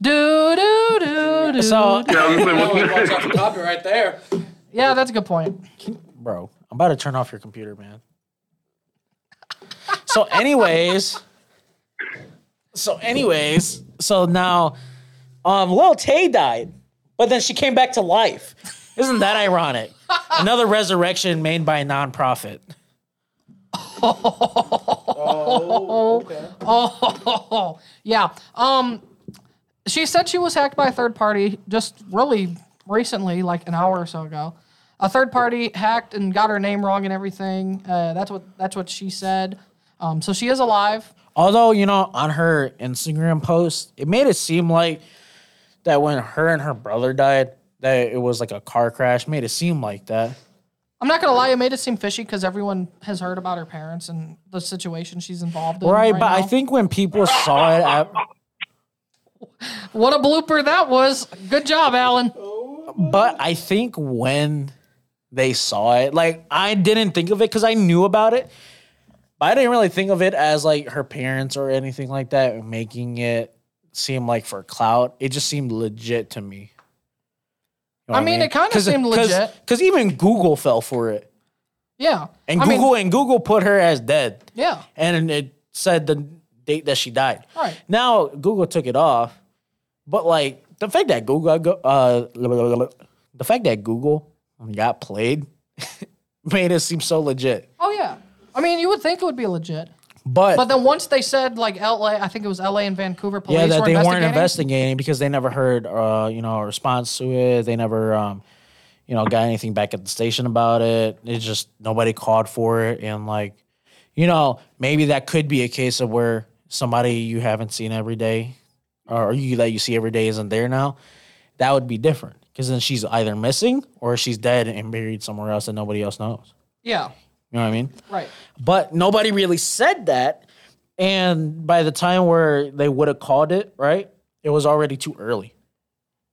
Do do do do. So, Yeah, I'm saying, Oh, what's watch next? out for copyright there. yeah, that's a good point. bro, I'm about to turn off your computer, man. So, anyways, so anyways, so now, um, Lil Tay died, but then she came back to life. Isn't that ironic? Another resurrection made by a nonprofit. Oh yeah. Um, she said she was hacked by a third party just really recently, like an hour or so ago. A third party hacked and got her name wrong and everything. Uh, that's what that's what she said. Um, so she is alive. Although, you know, on her Instagram post, it made it seem like that when her and her brother died, that it was like a car crash. Made it seem like that. I'm not gonna lie, it made it seem fishy because everyone has heard about her parents and the situation she's involved in. Right, Right, but I now. think when people saw it at what a blooper that was. Good job, Alan. Oh, But I think when they saw it, like I didn't think of it because I knew about it, but I didn't really think of it as like her parents or anything like that making it seem like for clout. It just seemed legit to me. You know I what mean, it kinda seemed legit. because even Google fell for it, Yeah, and I mean, Google and Google put her as dead, yeah, and it said the date that she died. Right. now, Google took it off, but like the fact that Google, go- uh, the fact that Google got played made it seem so legit. oh yeah. I mean, you would think it would be legit. But, But then once they said like LA, I think it was LA and Vancouver police yeah, that were they weren't investigating. investigating because they never heard, uh, you know, a response to it. They never, um, you know, got anything back at the station about it. It's just nobody called for it, and like, you know, maybe that could be a case of where somebody you haven't seen every day, or you that you see every day isn't there now. That would be different because then she's either missing or she's dead and buried somewhere else and nobody else knows. yeah, You know what I mean? right. but nobody really said that. And by the time where they would have called it, right, it was already too early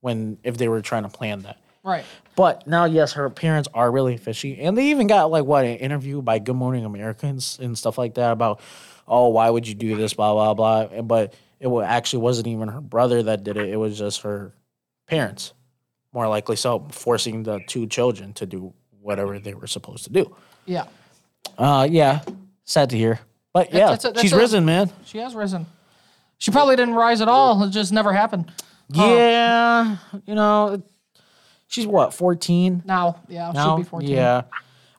when if they were trying to plan that. Right. But now, yes, her parents are really fishy, and they even got like what an interview by Good Morning Americans and stuff like that about, oh, why would you do this, blah blah blah. And, but it wa- actually wasn't even her brother that did it; it was just her parents, more likely so, forcing the two children to do whatever they were supposed to do. Yeah. Uh, yeah, sad to hear, but yeah, that's a- that's she's a- risen, man. She has risen. She probably didn't rise at all. It just never happened. Oh. Yeah, you know, it- she's what fourteen Now, yeah, now. she'd be 14. Yeah,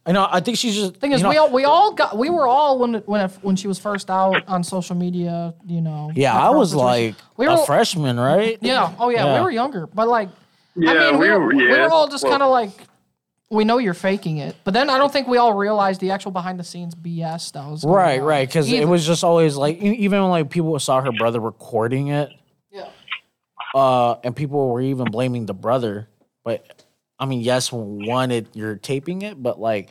I know. I think she's just Thing you is, know, we all we all got we were all when it- when it, when she was first out on social media, you know. Yeah, that I whole was situation. like we a were freshman, right? yeah, oh yeah, Yeah. we were younger, but like, Yeah, I mean, we, we were, were- we yeah, were all just well- kind of like, we know you're faking it, but then I don't think we all realized the actual behind the scenes BS that was going Right, on. right. Because it Either. was just always like, e- even when like people saw her brother recording it, Yeah. uh, and people were even blaming the brother. But I mean, yes, one, it, you're taping it, but like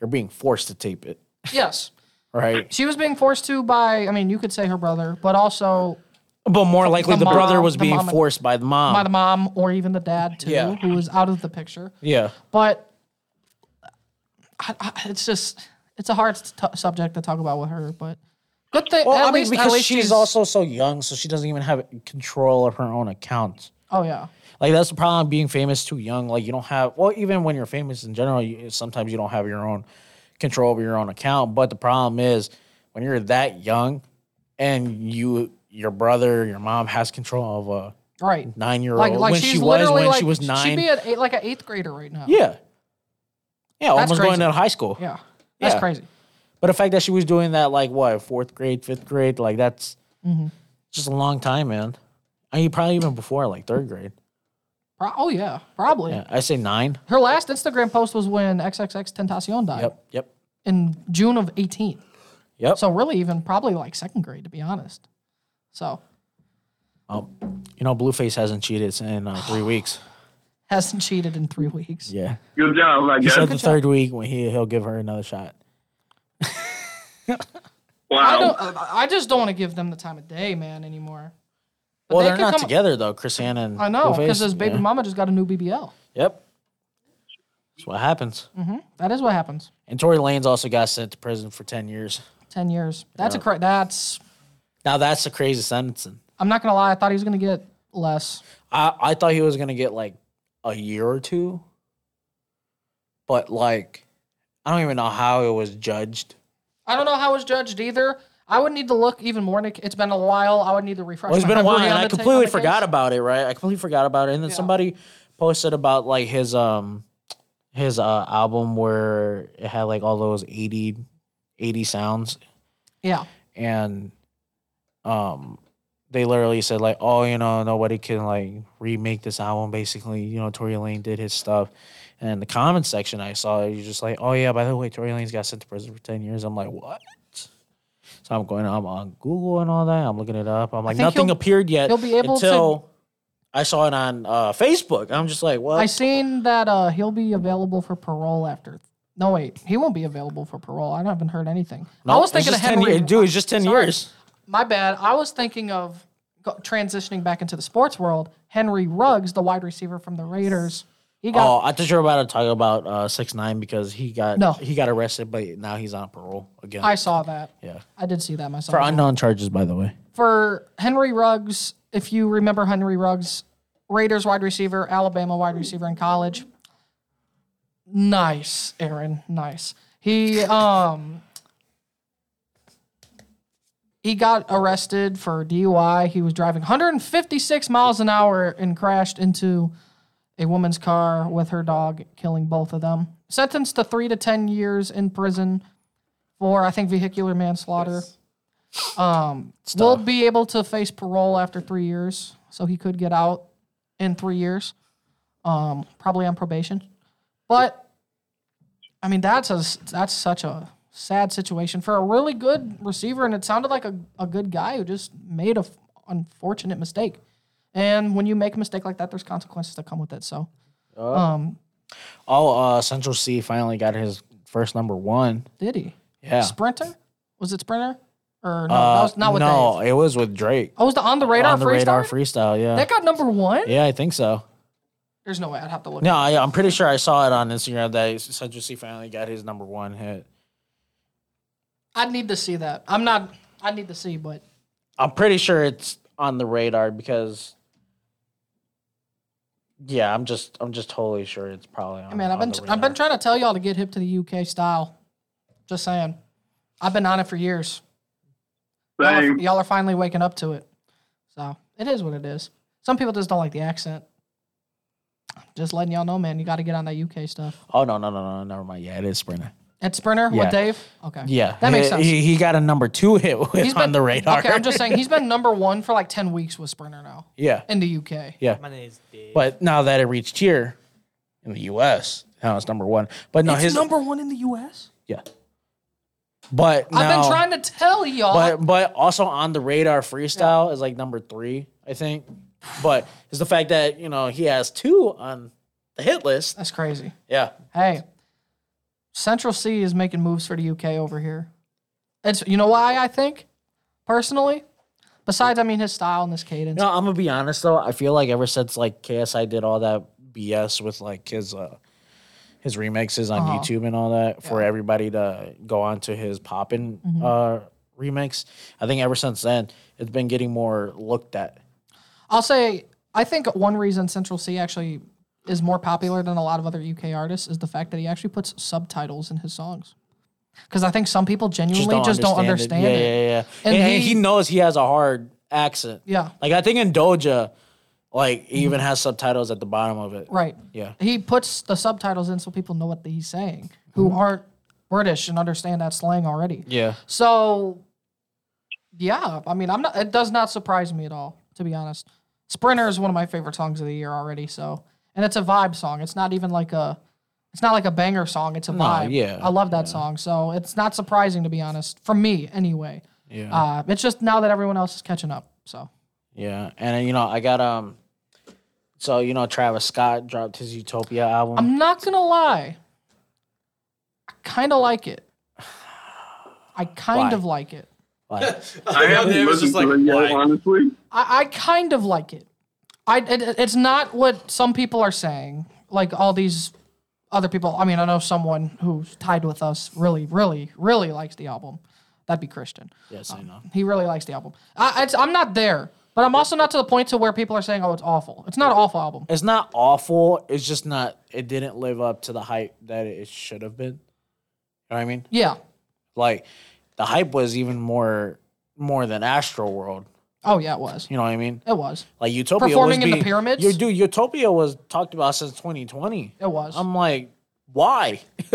you're being forced to tape it, Yes. right? She was being forced to by, I mean, you could say her brother, but also But more likely, the, the brother mom- was the being mom- forced by the mom. by the mom or even the dad, too, Yeah. who was out of the picture. yeah, But I, I, it's just, it's a hard s- t- subject to talk about with her, but good thing. Well, at I mean, least, at because least she's, also so young, so she doesn't even have control of her own account. Oh, yeah. Like that's the problem being famous too young. Like you don't have well, even when you're famous in general, you, sometimes you don't have your own control over your own account. But the problem is when you're that young, and you, your brother, your mom has control of Right. a nine year old Like, like when she's she was literally when like, she was nine. She'd be at eight, like an eighth grader right now. yeah, yeah, almost going crazy. to high school. Yeah. That's Yeah. crazy. But the fact that she was doing that, like what, fourth grade, fifth grade, like that's Mm-hmm. just a long time, man. I mean, probably even before like third grade. Pro- oh, yeah. Probably. Yeah, I say nine. Her last Instagram post was when XXX Tentacion died Yep, yep, in June of 18. yep. So really, even probably like second grade, to be honest. So um, you know, Blueface hasn't cheated in uh, three weeks. hasn't cheated in three weeks. Yeah, Good job, I he guess. said the third week when he he'll give her another shot. I wow. don't. I I just don't want to give them the time of day, man, anymore. But well, they they're could not come- together though. Chrisanne and I know Blueface. because his baby Yeah. mama just got a new BBL. Yep, that's what happens. Mm-hmm. That is what happens. And Tory Lane's also got sent to prison for ten years. Ten years. That's a cra- that's. Now that's the crazy sentencing. I'm not gonna lie. I thought he was gonna get less. I I thought he was gonna get like a year or two, but like I don't even know how it was judged. I don't know how it was judged either. I would need to look even more. Nick. It's been a while. I would need to refresh. Well, it's my been a while, memory and on I the ta- on completely the forgot case. about it. Right, I completely forgot about it, and then Yeah. somebody posted about like his um his uh album where it had like all those 80, 80 sounds, Yeah, and um they literally said like, oh, you know, nobody can like remake this album. Basically, you know, Tory Lane did his stuff, and in the comment section I saw it was just like, oh yeah, by the way, Tory Lane's got sent to prison for ten years. I'm like, what? So I'm going, I'm on Google and all that. I'm looking it up. I'm like, think nothing he'll- appeared yet. he'll be able to- until I saw it on uh, Facebook. I'm just like, what? I seen that uh, he'll be available for parole after. No wait, he won't be available for parole. I haven't heard anything. I Nope, was it's thinking of just 10 Henry. years. Dude, it's just ten Sorry. years. My bad. I was thinking of go- transitioning back into the sports world. Henry Ruggs, the wide receiver from the Raiders, he got Oh, I thought you were about to talk about uh, six nine because he got No. he got arrested, but now he's on parole again I saw that. Oh. Yeah. I did see that myself. for unknown charges, by the way. For Henry Ruggs, if you remember Henry Ruggs, Raiders wide receiver, Alabama wide receiver in college. Nice, Aaron. Nice. He um he got arrested for DUI. He was driving 156 miles an hour and crashed into a woman's car with her dog, killing both of them. Sentenced to three to ten years in prison for I think vehicular manslaughter. Um, will be able to face parole after three years, so he could get out in three years, um, probably on probation. But I mean, that's a that's such a sad situation for a really good receiver, and it sounded like a, a good guy who just made a f- unfortunate mistake. And when you make a mistake like that, there's consequences that come with it. So, um, Oh, uh, Central C finally got his first number one. did he? Yeah. Sprinter? Was it Sprinter? Or no, Uh, that was not with no, Dave. it was with Drake Oh, was the on the radar on the freestyle? radar freestyle. Yeah, that got number one. yeah, I think so. There's no way I'd have to look. No, I, I'm pretty sure I saw it on Instagram that Central C finally got his number one hit. I'd need to see that. I'm not. I need to see, but I'm pretty sure it's on the radar because yeah, I'm just I'm just totally sure it's probably on. I mean, I've on been the I've been radar. trying to tell y'all to get hip to the UK style. Just saying, I've been on it for years. Y'all are, Same. y'all are finally waking up to it. So it is what it is. Some people just don't like the accent. Just letting y'all know, man. You got to get on that UK stuff. Oh no no no no! Never mind. Yeah, it is Sprinter. At Sprinter Yeah. with Dave. Okay. Yeah, that makes he, sense. He, he got a number two hit with He's on the radar. Okay, I'm just saying he's been number one for like ten weeks with Sprinter now yeah, in the UK. yeah. My name's Dave. But now that it reached here in the U.S., now it's number one. But no, It's his number one in the US. yeah. But now, I've been trying to tell y'all. But but also on the radar freestyle is like number three, I think. But it's the fact that you know he has two on the hit list. That's crazy. Yeah, Hey, Central C is making moves for the UK over here. It's you know why I think personally. Besides, I mean his style and his cadence. No, I'm gonna be honest though. I feel like ever since like KSI did all that BS with like his uh his remixes on Uh-huh. YouTube and all that for everybody to go on to his poppin' Mm-hmm. uh remix, I think ever since then it's been getting more looked at. I'll say I think one reason Central C actually is more popular than a lot of other UK artists is the fact that he actually puts subtitles in his songs. Because I think some people genuinely just don't understand, it. it. Yeah, yeah, yeah. And And, and he, he- knows he has a hard accent. Yeah. Like I think in Doja, like he even has subtitles at the bottom of it. Mm-hmm. Right. Yeah. He puts the subtitles in so people know what he's saying who aren't British and understand that slang already. Yeah. So, yeah, I mean, I'm not. It does not surprise me at all, to be honest. Sprinter is one of my favorite songs of the year already. So, and it's a vibe song. It's not even like a, it's not like a banger song. It's a vibe. yeah, I love that song. So it's not surprising to be honest for me anyway. Yeah. Uh, it's just now that everyone else is catching up. So Yeah, and uh, you know I got um, so you know Travis Scott dropped his Utopia album. I'm not gonna lie. I kind of like it. I kind Why? of like it. Like, I haven't it was listened just like, to it yet, why? honestly. I, I kind of like it. I it, it- it's not what some people are saying. Like all these other people. I mean, I know someone who's tied with us really, really, really likes the album. That'd be Christian. yes, I know. He really likes the album. I, it's, I'm not there, but I'm also not to the point to where people are saying, "Oh, it's awful." It's not an awful album. It's not awful. It's just not. It didn't live up to the hype that it should have been. You know what I mean? Yeah. Like the hype was even more more than Astro World. Oh yeah, it was. You know what I mean? It was. Like Utopia Performing was in the being- pyramids? Yo, dude, Utopia was talked about since 2020. It was. I'm like, why?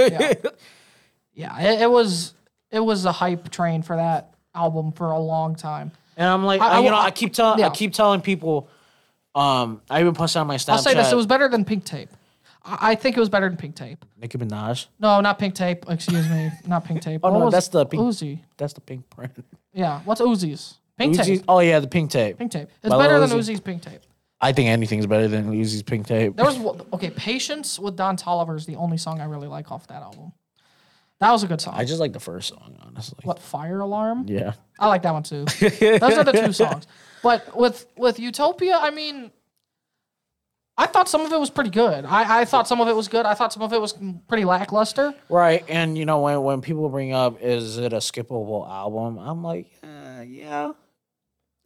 yeah. It, it was. It was a hype train for that album for a long time. And I'm like, I- I, I you know, will- I keep telling, yeah. I keep telling people. Um, I even posted on my Snapchat. I'll say this: it was better than Pink Tape. I, I think it was better than Pink Tape. Nicki Minaj. No, not Pink Tape. Excuse me, not Pink Tape. Oh, What no, was that's the pink- Uzi. That's the pink print. Yeah, what's Uzi's? Pink Uzi's- Tape. Oh yeah, the pink tape. Pink Tape. It's Lil better than Uzi. Uzi's Pink Tape. I think anything's better than Uzi's pink tape. There was one- okay. Patience with Don Tolliver is the only song I really like off that album. That was a good song. I just like the first song, honestly. what fire alarm? Yeah. I like that one too. Those are the two songs. But with with Utopia, I mean, I thought some of it was pretty good. I, I thought some of it was good. I thought some of it was pretty lackluster. Right, and you know when when people bring up is it a skippable album, I'm like, uh, yeah.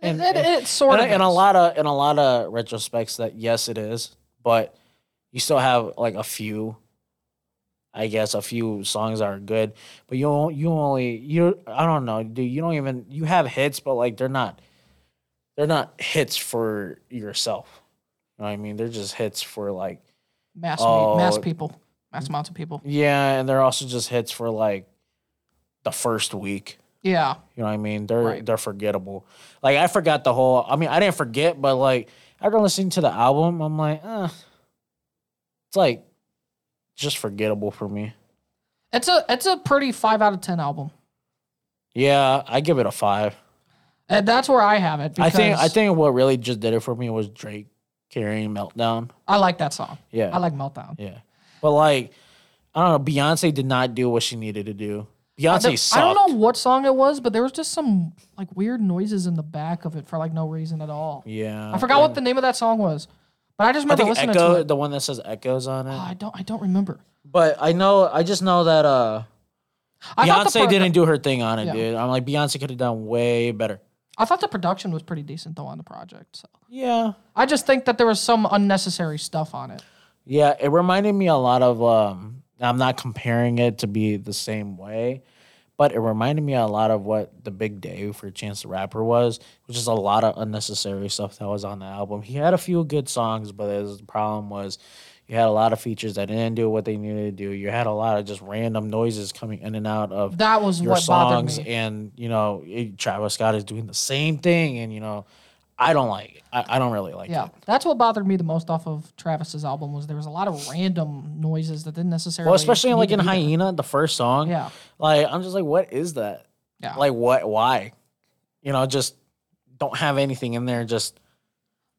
And, And- it, it, sort And, of and a is. lot of in a lot of retrospects that yes it is, but you still have like a few, I guess a few songs that are good, but you don't- you only you I don't know, dude. You don't even you have hits, but like they're not they're not hits for yourself. You know what I mean, they're just hits for like mass Oh. mass people, mass amounts of people. yeah, and they're also just hits for like the first week. Yeah, You know what I mean? They're Right. they're forgettable. Like I forgot the whole. I mean, I didn't forget, but like after listening to the album, I'm like, eh. it's like just forgettable for me. it's a it's a pretty five out of ten album. Yeah, I give it a five. And that's where I have it. I Because think I think what really just did it for me was Drake carrying Meltdown. I like that song. Yeah, I like Meltdown. yeah. But like, I don't know. Beyonce did not do what she needed to do. Beyonce There- sucked. I don't know what song it was, but there was just some like weird noises in the back of it for like no reason at all. Yeah, I forgot what the name of that song was, but I just I remember think listening Echo, to it. the one that says Echoes on it. Oh, I don't I don't remember. But I know, I just know that uh I thought the Beyonce pro- didn't do her thing on it, Yeah. dude. I'm like, Beyonce could have done way better. I thought the production was pretty decent though on the project. So Yeah. I just think that there was some unnecessary stuff on it. Yeah, it reminded me a lot of um I'm not comparing it to be the same way, but it reminded me a lot of what the big day for Chance the Rapper was, which is a lot of unnecessary stuff that was on the album. He had a few good songs, but his problem was you had a lot of features that didn't do what they needed to do. You had a lot of just random noises coming in and out of That was your what songs, bothered me. and you know it- Travis Scott is doing the same thing, and you know I don't like it. I, I don't really like Yeah, it. that's what bothered me the most off of Travis's album was there was a lot of random noises that didn't necessarily. Well, especially need like to in be there. Hyena, the first song. Yeah, Like I'm just like, what is that? yeah. Like, Like what? Why? You know, just don't have anything in there. Just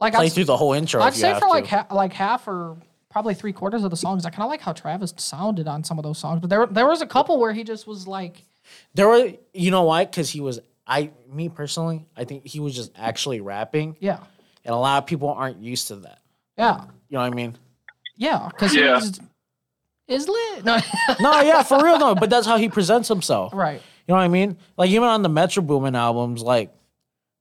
play I'd, through the whole intro. I'd if you say have for to. like ha- like half or probably three quarters of the songs, I kind of like how Travis sounded on some of those songs. But there there was a couple where he just was like, there were, you know why? Because he was. I, me personally, I think he was just actually rapping, yeah, and a lot of people aren't used to that. yeah, You know what I mean? yeah, because Yeah. was is lit. No, No, yeah, for real though. But that's how he presents himself. right. You know what I mean? Like even on the Metro Boomin albums, like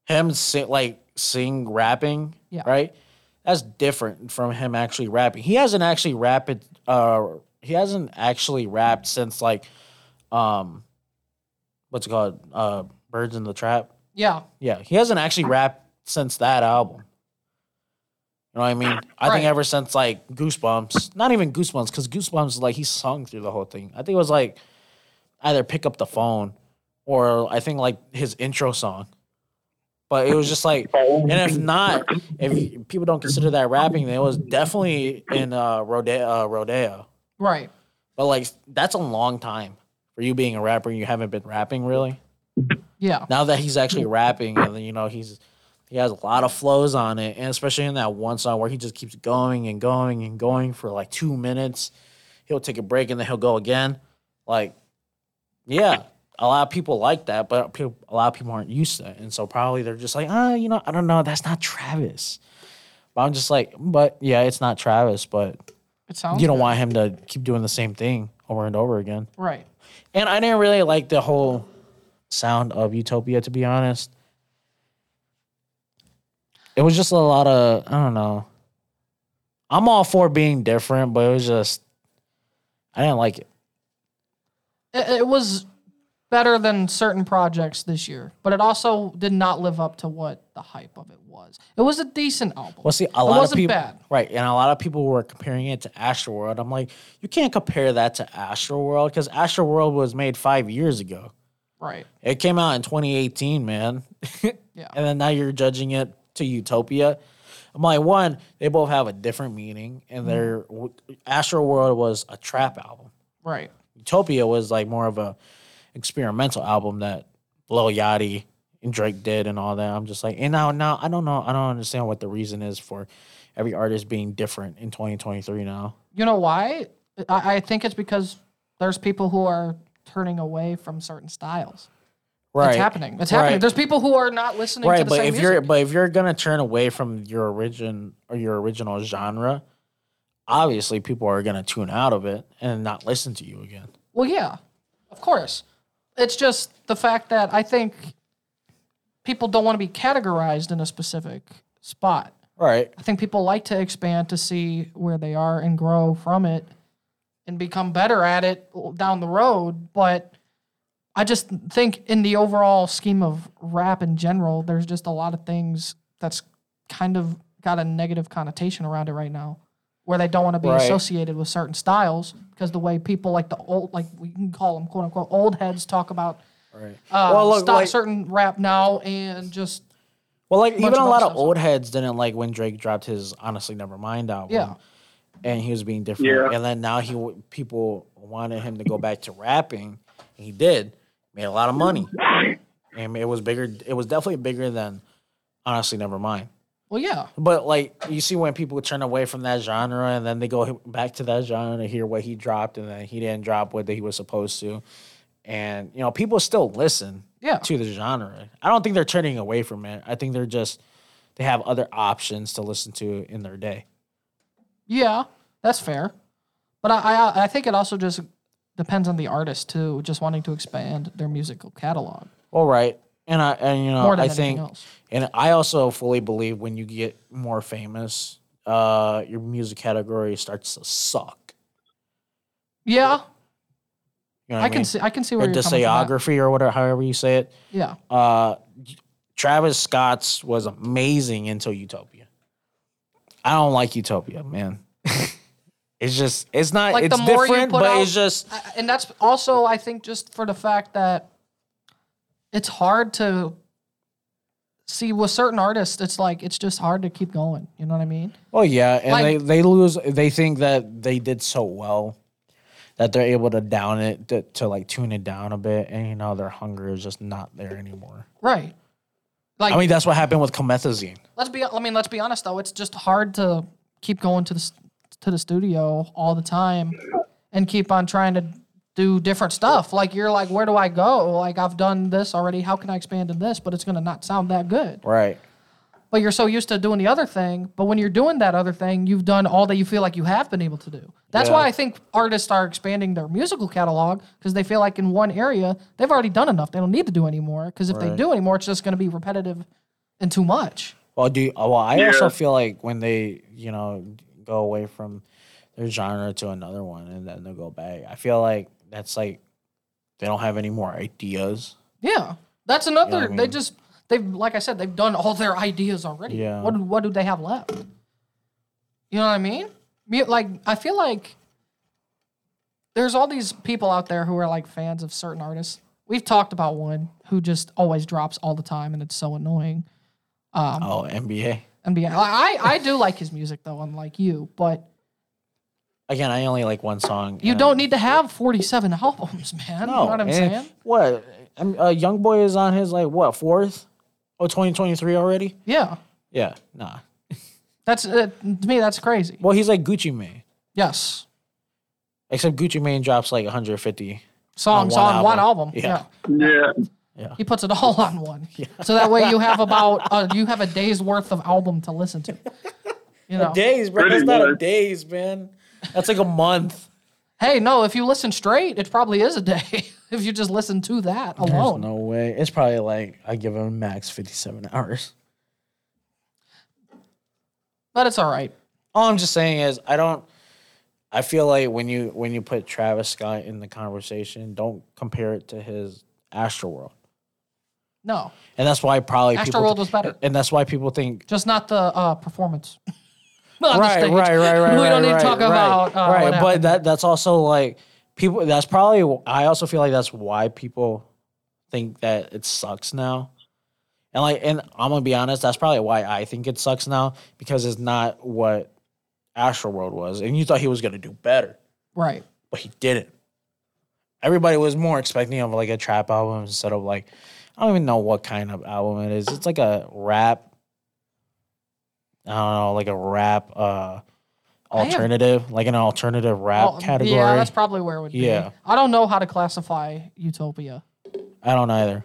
him sing, like sing rapping, Yeah. right? That's different from him actually rapping. He hasn't actually rapped. Uh, he hasn't actually rapped since like, um, what's it called? Uh, Birds in the Trap. Yeah, Yeah, he hasn't actually rapped since that album. You know what I mean? I Right. think ever since like Goosebumps, not even Goosebumps, because Goosebumps like he sung through the whole thing. I think it was like either pick up the phone or I think like his intro song. But it was just like, and if not, if people don't consider that rapping, then it was definitely in uh, Rodeo. Uh, Rodeo. right. But like that's a long time for you being a rapper and you haven't been rapping really Yeah, now that he's actually rapping and you know he's he has a lot of flows on it and especially in that one song where he just keeps going and going and going for like two minutes he'll take a break and then he'll go again like yeah a lot of people like that, but people, a lot of people aren't used to it. And so probably they're just like, ah, you know, I don't know. That's not Travis. But I'm just like, but yeah, it's not Travis, but It sounds you don't good. want him to keep doing the same thing over and over again. right. And I didn't really like the whole sound of Utopia, to be honest. It was just a lot of, I don't know. I'm all for being different, but it was just, I didn't like it. It, it was better than certain projects this year, but it also did not live up to what the hype of it was. It was a decent album. Well, see, a it lot wasn't of people, bad. right? And a lot of people were comparing it to Astroworld. I'm like, you can't compare that to Astroworld because Astroworld was made five years ago. Right. It came out in 2018, man. Yeah. And then now you're judging it to Utopia. I'm like, one, they both have a different meaning, Mm-hmm. and their w- Astro World was a trap album. Right. Utopia was like more of a experimental album that Lil Yachty and Drake did and all that. I'm just like, and now, now I don't know, I don't understand what the reason is for every artist being different in 2023 now. You know why? I, I think it's because there's people who are turning away from certain styles. Right, It's happening. It's happening. Right. There's people who are not listening to right the but same if music. you're but if you're gonna turn away from your origin or your original genre obviously people are gonna tune out of it and not listen to you again Well, yeah, of course. It's just the fact that I think people don't want to be categorized in a specific spot. right I think people like to expand to see where they are and grow from it and become better at it down the road. But I just think, in the overall scheme of rap in general, there's just a lot of things that's kind of got a negative connotation around it right now, where they don't want to be Right. associated with certain styles because the way people like the old, like we can call them quote unquote old heads, talk about right uh, Well, look, stop like- certain rap now and just well like of even a lot other of stuff. old heads didn't like when drake dropped his honestly nevermind album Yeah. and he was being different Yeah. and then now he w- people wanted him to go back to rapping he did made a lot of money and it was bigger it was definitely bigger than honestly nevermind well, yeah, But like you see when people turn away from that genre and then they go h- back to that genre to hear what he dropped and then he didn't drop what he was supposed to. And you know, people still listen Yeah. to the genre. I don't think they're turning away from it. I think they're just they have other options to listen to in their day. Yeah, that's fair. But I, I I think it also just depends on the artist too, just wanting to expand their musical catalog All right. And I and you know, more than Uh, I anything think else. And I also fully believe when you get more famous, uh your music category starts to suck. Yeah, You know I, what I, can mean? see I can see Or where you're coming from. that. discography or whatever however you say it. Yeah, uh Travis Scott's was amazing until Utopia. I don't like Utopia, man. it's just it's not Like, it's the more you different, put but out- it's just I- and that's also I think just for the fact that it's hard to see with certain artists. It's like it's just hard to keep going. You know what I mean? oh yeah, and Like- they they lose they think that they did so well that they're able to down it to, to like tune it down a bit and you know their hunger is just not there anymore. Right. Like I mean that's what happened with Comethazine. let's be I mean let's be honest though it's just hard to keep going to the s- to the studio all the time and keep on trying to do different stuff like you're like where do I go like I've done this already how can I expand in this but it's going to not sound that good Right. but you're so used to doing the other thing but when you're doing that other thing you've done all that you feel like you have been able to do that's why Yeah. I think artists are expanding their musical catalog because they feel like in one area they've already done enough they don't need to do anymore because if they Right. do anymore it's just going to be repetitive and too much Well, do you, well, I also Yeah. feel like when they you know go away from their genre to another one and then they go back, I feel like that's like they don't have any more ideas. Yeah, that's another. what I They mean? just they've like I said they've done all their ideas already. Yeah. What what do they have left? You know what I mean? Me- Like I feel like there's all these people out there who are like fans of certain artists. We've talked about one who just always drops all the time, and it's so annoying. Um. Oh, NBA NBA. I I, I do like his music though, unlike you, but again. I only like one song. you and- don't need to have 47 albums, man. you know what I'm and saying? What? I'm, uh, Young Boy is on his like what fourth? Oh, 2023 already? Yeah, Yeah, nah. that's uh, to me that's crazy. Well, he's like Gucci Mane, Yes. except Gucci Mane drops like 150 songs On on one one album. album. Yeah. Yeah. Yeah. He puts it all on one. So that way you have about uh, you have a day's worth of album to listen to. You know. Days, bro. Pretty That's not a much. days, man. That's like a month. Hey, no, if you listen straight, it probably is a day. if you just listen to that There's alone. no way. It's probably like I give him max fifty-seven hours. But it's all right. All I'm just saying is I don't. I feel like when you when you put Travis Scott in the conversation, don't compare it to his Astroworld, No. and that's why probably people- Astroworld was better. and that's why people think Just not the uh, performance. Not the right, stage. right, right, right. We right, don't need to right, talk right, about, uh, right, what but happened. that that's also like people. That's probably. I also feel like that's why people think that it sucks now, and like, and I'm gonna be honest. That's probably why I think it sucks now because it's not what Astroworld was, and you thought he was gonna do better, Right. but he didn't. Everybody was more expecting of like a trap album instead of like I don't even know what kind of album it is. It's like a rap. I don't know, like a rap uh I have- alternative, like an alternative rap Well, category. Yeah, that's probably where it would be. Yeah. I don't know how to classify Utopia. I don't either.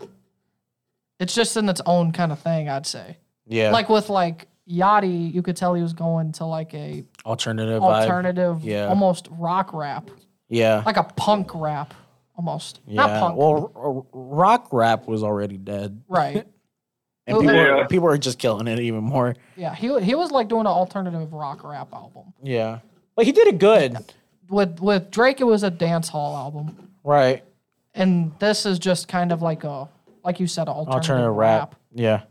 It's just in its own kind of thing, I'd say. Yeah. Like with like Yachty, you could tell he was going to like a alternative vibe. alternative, Yeah. almost rock rap, Yeah. like a punk rap, almost. yeah. Not punk, Well, r- r- rock rap was already dead. right? And Well, people, yeah. people are just killing it even more. Yeah, he he was like doing an alternative rock rap album. Yeah. But he did it good. With with Drake, it was a dance hall album, Right. and this is just kind of like a like you said, an alternative, Alternative rap. rap. Yeah.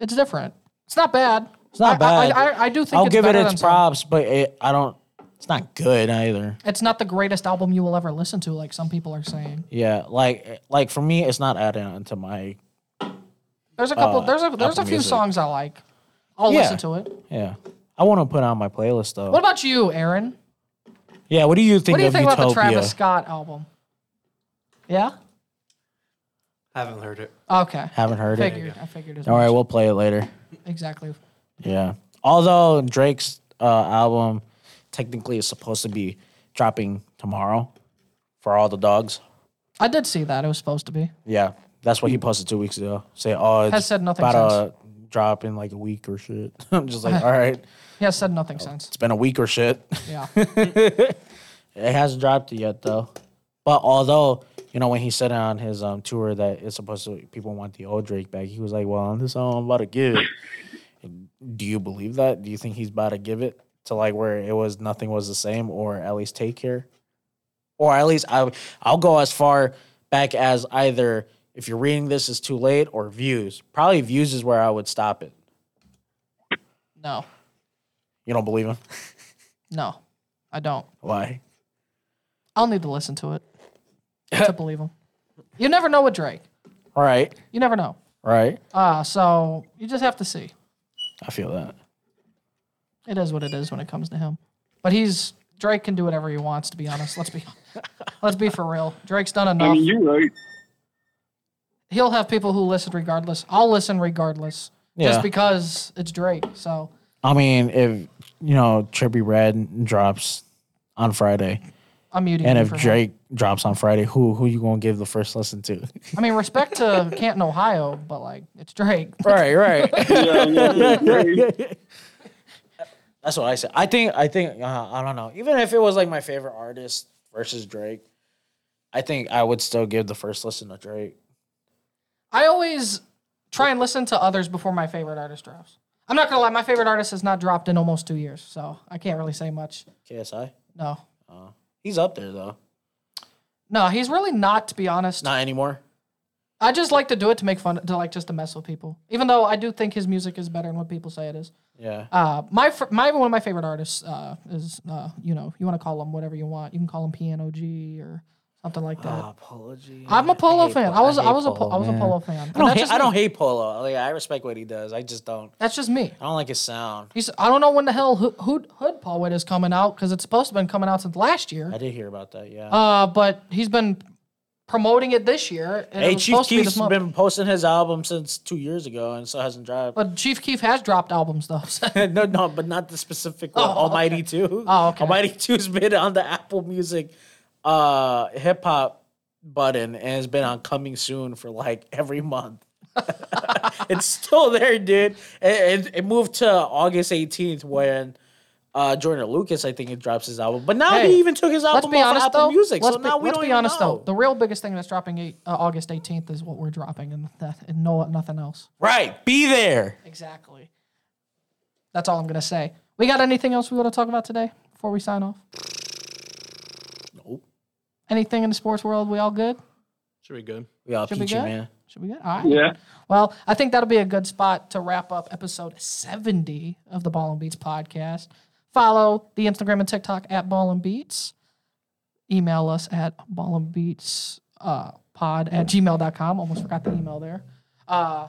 It's different. It's not bad. It's not I- bad. I, I, I do think I'll it's give it better than its some. props, but it, I don't. It's not good either. It's not the greatest album you will ever listen to, like some people are saying. Yeah, like like for me, it's not adding on to my. There's a couple. Uh, there's a there's Apple a few Music. songs I like. I'll Yeah. listen to it. Yeah, I want to put it on my playlist though. What about you, Aaron? yeah, what do you think What do you of think Utopia? about the Travis Scott album? Yeah. Haven't heard it. Okay. Haven't heard it. Figured. I figured. As All right, much. we'll play it later. Exactly. Yeah, although Drake's uh, album technically is supposed to be dropping tomorrow for all the dogs. I did see that. It was supposed to be. Yeah, that's what he posted two weeks ago. Say, oh, it's Hmm. Has said nothing about to drop in like a week or shit. I'm just like, all right, it's He has said nothing since. been a week or shit. Yeah. It hasn't dropped it yet though. But although, you know, when he said on his um tour that it's supposed to people want the old Drake back, he was like, Well, on this song I'm about to give it. Do you believe that? Do you think he's about to give it to like where it was nothing was the same or at least take care? Or at least I I'll go as far back as either if you're reading this is too late or views. Probably views is where I would stop it. No. You don't believe him? No. I don't. Why? I'll need to listen to it to believe him. You never know with Drake. All right. You never know. All right. Uh, so you just have to see. I feel that. It is what it is when it comes to him. But he's Drake can do whatever he wants. To be honest, let's be let's be for real. Drake's done I enough. mean, you're right. He'll have people who listen regardless. I'll listen regardless, Yeah. just because it's Drake. So I mean, if you know Trippy Red drops on Friday, I'm muting. and you if for him. Drake drops on Friday, who who you gonna give the first listen to? I mean, respect to Canton, Ohio, but like it's Drake. right, right. Yeah, yeah, you're right. That's what I said. I think I think uh, I don't know. Even if it was like my favorite artist versus Drake, I think I would still give the first listen to Drake. I always try and listen to others before my favorite artist drops. I'm not gonna lie, my favorite artist has not dropped in almost two years, so I can't really say much. KSI, No, he's up there though. no, he's really not. To be honest, Not anymore. I just like to do it to make fun, to like just to mess with people. Even though I do think his music is better than what people say it is. Yeah, Uh, my fr- my one of my favorite artists uh, is uh, you know you want to call him whatever you want. You can call him Piano G or something like that. apology. I'm a Polo fan. I was I, Oh, hate was a po- I was a man. Polo fan. I don't, That's hate, just I don't me. hate Polo. Like, I respect what he does. I just don't. That's just me. I don't like his sound. He's I don't know when the hell Hood, Hood, Hood Poet is coming out because it's supposed to have been coming out since last year. I did hear about that. Yeah. Uh, but he's been promoting it this year. And it Hey, was Chief supposed to be this Keef's month. been posting his album since two years ago and still hasn't dropped. but Chief Keef has dropped albums though. so- no, no, but not the specific one. Oh, Almighty Two. Oh, okay. Almighty Two's been on the Apple Music uh hip hop button and it's been on coming soon for like every month. it's still there, dude. It, it, it moved to August 18th when uh Jordan Lucas, I think, it drops his album. But now Hey, he even took his Let's album be off honest Apple though. Music. let's so be, now we let's don't be even honest know. though. The real biggest thing that's dropping eight, uh, August 18th is what we're dropping, and that, and no nothing else. Right, be there. Exactly. That's all I'm gonna say. We got anything else we want to talk about today before we sign off? Nope. Anything in the sports world? We all good? Should be good. We all Should be peachy, good? man. Should we good? All right. Yeah. Well, I think that'll be a good spot to wrap up episode 70 of the Ball and Beats podcast. Follow the Instagram and TikTok at Ball and Beats. Email us at ball and beats uh, pod at gmail.com. Almost forgot the email there. Uh,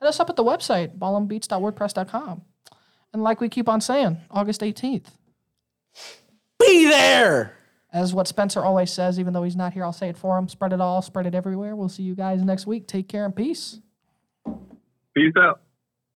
hit us up at the website, ballandbeats.wordpress.com. And like we keep on saying, August 18th. Be there. As what Spencer always says, even though he's not here, I'll say it for him. Spread it all, spread it everywhere. We'll see you guys next week. Take care and peace. Peace out.